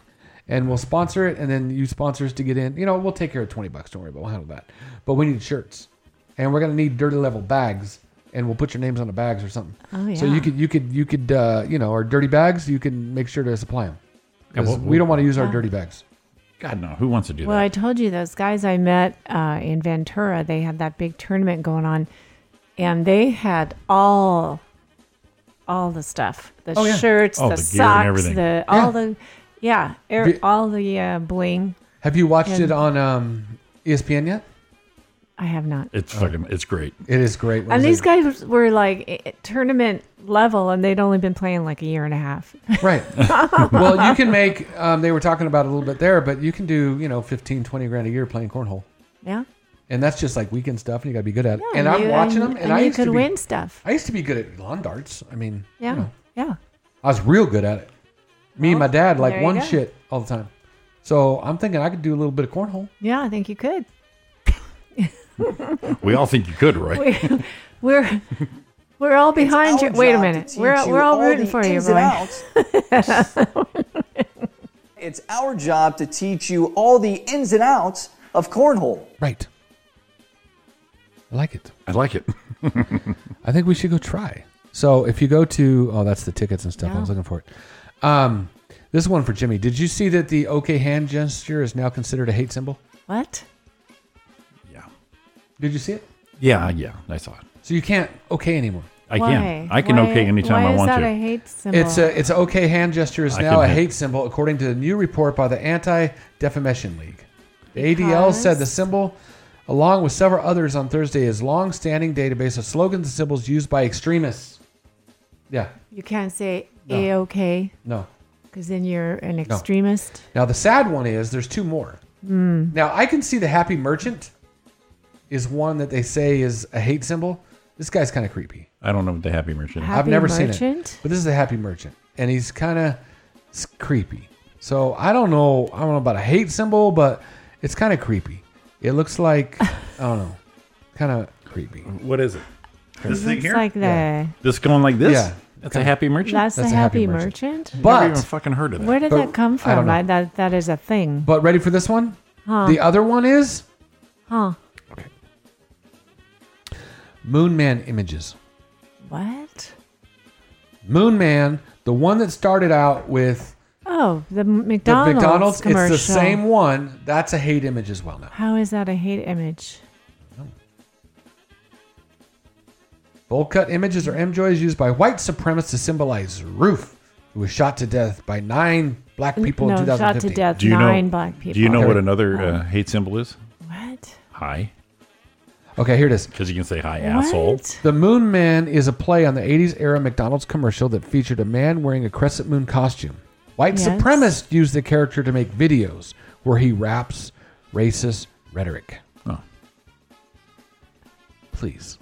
S7: and we'll sponsor it, and then you sponsors to get in. You know, we'll take care of twenty bucks. Don't worry about. it. We'll handle that. But we need shirts, and we're gonna need dirty level bags, and we'll put your names on the bags or something.
S10: Oh,
S7: So
S10: yeah.
S7: you could you could you could uh, you know our dirty bags. You can make sure to supply them.
S1: Yeah, well,
S7: we don't want to use our
S10: Yeah.
S7: dirty bags.
S1: God no, who wants to do
S10: Well, I told you those guys I met uh, in Ventura, they had that big tournament going on, and they had all, all the stuff: the
S12: Oh, yeah.
S10: shirts,
S12: All
S10: the,
S12: the gear and
S10: socks,
S12: everything.
S10: the
S12: Yeah.
S10: all the, yeah, er,
S7: Vi-
S10: all the uh, bling.
S7: Have you watched
S10: And-
S7: it on um, ESPN yet?
S10: I have not.
S1: It's fucking. It's great.
S7: It is great.
S10: and these guys were like eh, tournament level, and they'd only been playing like a year and a half. <laughs>
S7: Right. well, you can make. Um, they were talking about it a little bit there, but you can do you know 15, 20 grand a year playing cornhole,
S10: Yeah.
S7: and that's just like weekend stuff, and you got to be good at it.
S10: Yeah,
S7: and I'm
S10: you-
S7: watching them, and, I
S10: you
S7: used
S10: could
S7: to be,
S10: win stuff.
S7: I used to be good at lawn darts. I mean,
S10: Yeah. Yeah.
S7: I was real good at it. Me and my dad
S10: Oh, there
S7: like
S10: you
S7: one
S10: go.
S7: shit all the time. So I'm thinking I could do a little bit of cornhole.
S10: Yeah. I think you could.
S1: We all think you could,
S10: <laughs>
S1: right?
S10: We, we're we're all behind you. Wait a minute. We're we're all rooting for you, Roy. <laughs>
S13: it's our job to teach you all the ins and outs of cornhole.
S7: Right. I like it.
S1: I like it. <laughs>
S7: I think we should go try. So if you go to oh, that's the tickets and stuff. I was
S1: Yeah.
S7: looking for it. Um, this one for Jimmy. Did you see that the OK hand gesture is now considered a hate symbol?
S10: What?
S7: Did you see it?
S1: Yeah, yeah, I saw it.
S7: So you can't OK anymore.
S1: I can. I can okay anytime I want to.
S10: hate
S7: It's a it's a OK hand gesture is
S1: I
S7: now
S1: can
S7: a
S1: hate-
S7: hate symbol according to a new report by the Anti Defamation League. The ADL said the symbol, along with several others on Thursday, is long-standing database of slogans and symbols used by extremists. Yeah,
S10: You can't say
S7: No.
S10: a okay
S7: no.
S10: because then you're an extremist.
S7: Now the sad one is there's two more.
S10: Mm.
S7: Now I can see the happy merchant is one that they say is a hate symbol. This guy's kind of creepy.
S1: I don't know what the happy merchant is.
S7: I've never seen it, but this is a happy merchant, and he's kind of creepy. So I don't know. I don't know about a hate symbol, but it's kind of creepy. It looks like I don't know, kind of creepy.
S1: What is it? This
S10: It
S1: thing
S10: looks
S1: here?
S10: like the- Yeah.
S1: This going like this?
S7: Yeah.
S1: That's a happy merchant?
S10: That's, the happy, merchant.
S1: But- Never even fucking heard of that.
S10: Where did
S1: But-
S10: that come
S1: I don't
S10: from?
S1: know.
S10: I, that that is a thing.
S7: But ready for this one?
S10: Huh.
S7: The other one is
S10: Huh?
S7: Moon Man images.
S10: What?
S7: Moon Man, the one that started out with
S10: Oh, the
S7: the
S10: McDonald's,
S7: McDonald's.
S10: commercial.
S7: It's the same one. That's a hate image as well now.
S10: How is that a hate image?
S7: Bold cut images or MJOYs used by white supremacists to symbolize Roof, who was shot to death by nine black people in
S10: no, shot
S7: 2015.
S10: to death.
S1: Do you
S10: nine
S1: know,
S10: black people.
S1: Do you know what another uh, hate symbol is?
S10: What?
S1: Hi.
S7: Okay, here it is.
S1: Because you can say hi, asshole.
S7: The Moon Man is a play on the 80s era McDonald's commercial that featured a man wearing a crescent moon costume. White
S1: Yes.
S7: supremacists used the character to make videos where he raps racist rhetoric.
S1: Oh. <laughs>
S7: Please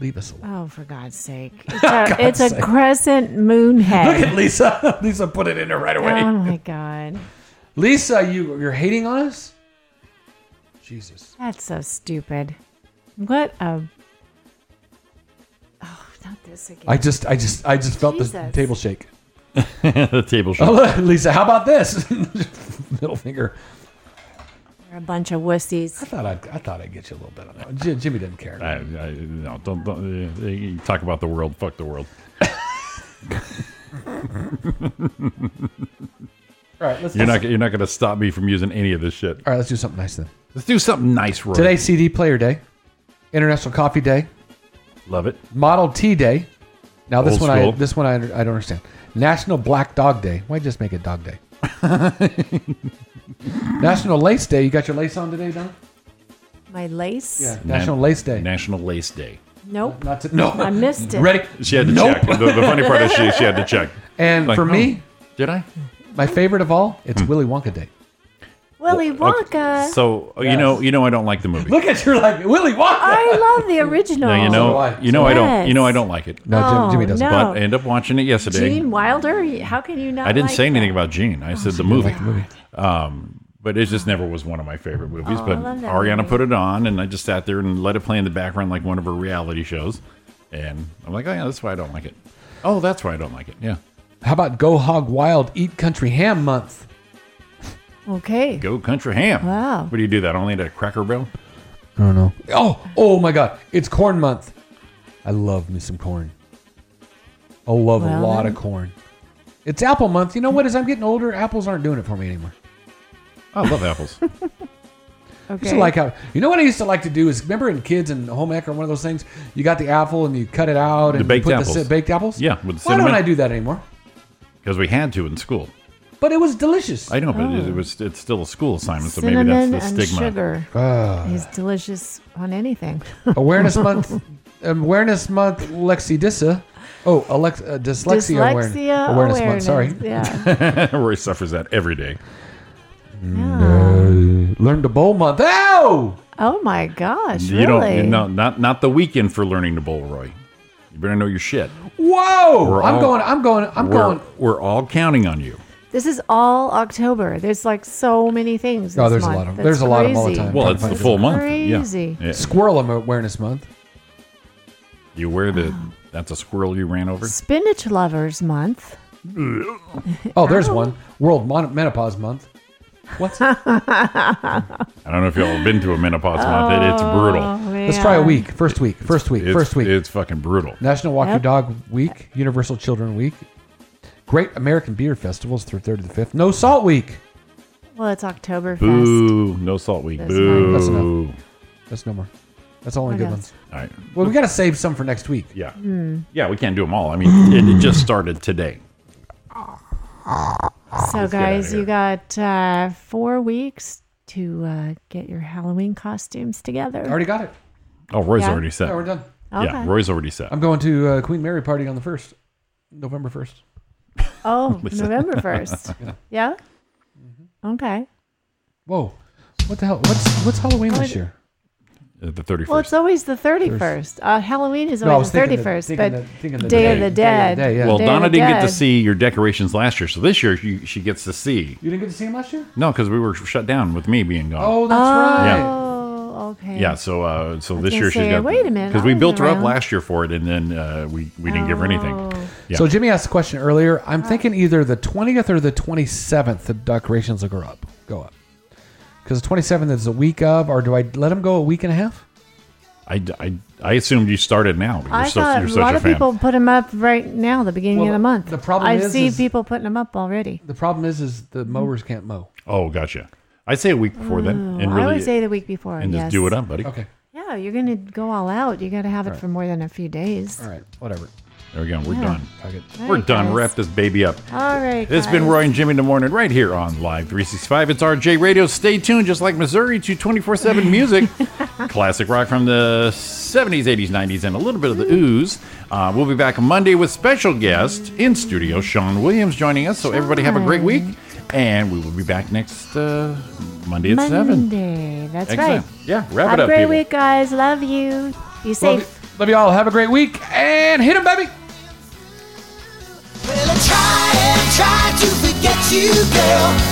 S7: leave us alone.
S10: Oh, for
S1: <laughs>
S10: God's sake! It's
S7: God's
S10: a, it's a
S7: sake.
S10: crescent moon head.
S7: Look at Lisa. <laughs> Lisa put it in there right away.
S10: Oh my God,
S7: Lisa, you you're hating on us? Jesus.
S10: that's so stupid. What a. Oh, not this again.
S7: I just, I just, I just felt the
S10: Jesus.
S7: table shake. <laughs>
S1: the table
S7: Oh,
S1: shot.
S7: look, Lisa, how about this? <laughs> Middle finger.
S10: They're a bunch of wussies.
S7: I thought I'd, I thought I'd get you a little bit on that. Jim, Jimmy didn't care.
S1: I, I, no, don't, don't uh, you talk about the world. Fuck the world.
S7: All right, let's-
S1: you're not you're not going to stop me from using any of this shit.
S7: All right, let's do something nice then.
S1: Let's do something nice, Roy.
S7: Today, CD Player Day, International Coffee Day.
S1: Love it.
S7: Model T Day. Now this
S1: Old
S7: one,
S1: school.
S7: I this one I, I don't understand. National Black Dog Day. Why just make it
S1: <laughs>
S7: Dog Day? National Lace Day. You got your lace on today, Don?
S10: My lace?
S7: Yeah. National Lace Day.
S1: National Lace Day.
S10: Nope.
S7: Not to, no.
S10: I missed it.
S7: Ready?
S1: She had to
S7: Nope.
S1: check. The, the funny part is she, she had to check.
S7: And
S1: Like, Hmm.
S7: for
S1: oh,
S7: me,
S1: did I?
S7: My favorite of all, it's Willy Wonka Day.
S10: Willy Wonka.
S1: So you know you know I don't like the movie.
S7: Look at you, like Willy Wonka.
S10: I love the original.
S1: Now, you know you know I don't you know I don't like it.
S10: No, Jim- Oh, Jimmy doesn't. no.
S1: But I end up watching it yesterday.
S10: Gene Wilder. How can you not?
S1: I didn't
S10: like
S1: say
S10: that?
S1: anything about Gene. I said the movie. Um, but it just never was one of my favorite movies.
S10: Oh, I
S1: but
S10: love that
S1: Ariana
S10: movie.
S1: put it on, and I just sat there and let it play in the background like one of her reality shows. And I'm like, oh yeah, that's why I don't like it. Oh, that's why I don't like it. Yeah,
S7: How about Go Hog Wild Eat Country Ham Month?
S10: Okay.
S1: go country ham.
S7: Wow.
S1: What do you do that only at a Cracker Barrel?
S7: I don't know. Oh, oh my God! It's Corn Month. I love me some corn. I love a
S10: Well,
S7: lot
S10: then-
S7: of corn. It's Apple Month. You know what? As I'm getting older, apples aren't doing it for me anymore.
S1: I love
S10: <laughs>
S1: apples.
S7: I used to like how you know what I used to like to do is remember in kids and home ec or one of those things you got the apple and you cut it out and
S1: The
S7: you
S1: baked
S7: put
S1: apples.
S7: the ci- baked apples.
S1: Yeah, with
S7: Why don't
S1: cinnamon.
S7: I do that anymore?
S1: Because we had to in school.
S7: But it was delicious.
S1: I know, but it,
S10: Oh.
S1: it was it's still a school assignment, so maybe
S10: Cinnamon
S1: that's
S10: and
S1: the stigma.
S10: sugar
S7: Ah.
S10: is delicious on anything. <laughs>
S7: Awareness Month. Awareness Month. Lexi Dissa. Oh, Alex, uh, dyslexia,
S10: Dyslexia
S7: awareness, awareness Month. Sorry.
S10: awareness,
S1: <laughs>
S7: <laughs>
S1: Roy suffers that every day.
S7: No. Learn to bowl month. Oh.
S10: Oh my gosh!
S1: you
S10: really?
S1: don't you know, not not the weekend for learning to bowl, Roy. You better know your shit.
S7: Whoa!
S1: We're
S7: I'm
S1: all-
S7: going. I'm going. I'm
S1: we're,
S7: going.
S1: We're all counting on you.
S10: This is all October. There's like so many things.
S7: Oh,
S10: this
S7: there's a
S10: month.
S7: lot of-
S10: That's
S7: there's a lot of 'em all the
S10: crazy.
S7: time.
S1: Well, it's the
S7: It's
S1: full month.
S10: crazy.
S1: Yeah. yeah.
S7: Squirrel Awareness Month.
S1: You wear the that's a squirrel you ran over.
S10: Spinach Lovers Month.
S7: Oh, there's one. World Mon- Menopause Month.
S10: <laughs>
S7: What?
S1: I don't know if y'all have been to a menopause month. It, it's
S10: Oh,
S1: brutal.
S7: Let's try a week. First week. First week.
S1: It's,
S7: First week.
S1: It's fucking brutal.
S7: National Walk Your
S10: Yep.
S7: Dog Week. Universal Children Week. Great American Beer Festivals through 3rd to the 5th. No Salt Week.
S10: Well, it's Oktoberfest.
S1: Boo. No salt week.
S10: That's
S1: Boo.
S7: That's enough. That's no more. That's all the
S10: I
S7: good
S10: guess.
S7: ones.
S1: All right.
S7: Well, we got to save some for next week.
S1: Yeah.
S10: Hmm.
S1: Yeah, we can't do them all. I mean, it, it just started today.
S10: So,
S1: Let's get outta
S10: guys,
S1: here.
S10: you got uh, four weeks to uh, get your Halloween costumes together.
S7: I already got it.
S1: Oh, Roy's
S10: Yeah.
S1: already set.
S7: Yeah, we're done.
S1: Yeah,
S10: Okay.
S1: Roy's already set.
S7: I'm going to uh, Queen Mary party on the 1st, November 1st.
S1: <laughs>
S10: Oh,
S1: Lisa.
S7: <laughs>
S10: November first. yeah.
S7: Mm-hmm.
S10: Okay.
S7: Whoa. What the hell? What's what's Halloween
S10: Oh,
S7: this
S10: it-
S7: year?
S1: Uh, the 31st.
S10: Well, it's always the thirty-first. Uh, Halloween is
S7: No, I
S10: always
S7: was
S10: the
S7: thinking the-
S10: thirty-first,
S7: thinking
S10: but
S7: the- thinking the
S10: Day
S7: day.
S10: of
S7: Day
S10: the
S7: of the
S10: Dead.
S7: Day, yeah.
S1: well,
S10: Day of
S1: Donna
S10: the
S1: didn't get to
S10: Dead.
S1: see your decorations last year, so this year she, she gets to see.
S7: You didn't get to see him last year?
S1: No, because we were shut down with me being gone.
S7: Oh, that's right.
S10: Oh, okay.
S1: Yeah, so uh, so this
S10: gonna
S1: year she's
S10: say,
S1: got.
S10: wait a minute,
S1: because
S10: I
S1: we
S10: was
S1: built her up
S10: around.
S1: last year for it, and then uh, we we didn't give her anything.
S10: Oh.
S1: Yeah.
S7: So Jimmy asked a question earlier. I'm thinking either the 20th or the 27th the decorations will go up. Go up. Because the 27th is the week of, or do I let them go a week and a half?
S1: I, I, I assumed you started now. but You're
S10: I
S1: so,
S10: thought
S1: you're
S10: a
S1: such
S10: lot
S1: a
S10: of
S1: fan.
S10: people put them up right now, the beginning
S7: Well,
S10: of the month.
S7: the problem
S10: I
S7: is-
S10: see
S7: is-
S10: people putting them up already.
S7: The problem is, is the mowers can't mow.
S1: oh, gotcha. I'd say a week before then, and
S10: Oh, I
S1: really
S10: would say the week before.
S1: and
S10: yes.
S1: just do it up, buddy.
S7: Okay.
S10: Yeah, you're gonna go all out. You got to have it for more than a few days.
S7: All right. Whatever.
S1: There we go. We're
S10: Yeah.
S1: done.
S7: Fuck it.
S1: We're
S10: right,
S1: done.
S10: guys.
S1: Wrap this baby up.
S10: All right.
S1: It's been
S10: guys.
S1: Roy and Jimmy in the morning right here on Live 365. It's RJ Radio. Stay tuned, just like Missouri, to 24
S10: <laughs>
S1: 7 music. Classic rock from the 70s, 80s, 90s, and a little bit of
S10: Hmm.
S1: the ooze. Uh, we'll be back Monday with special guest in studio, Sean Williams, joining us. So, everybody have a great week. And we will be back next uh, Monday at 7.
S10: Monday. That's right.
S1: Yeah, wrap
S10: Have
S1: it
S10: a
S1: up.
S10: great
S1: people.
S10: week, guys. Love you. Be safe.
S7: Love, love you all. Have a great week and hit 'em, baby.
S12: Well, I try and try to forget you, girl.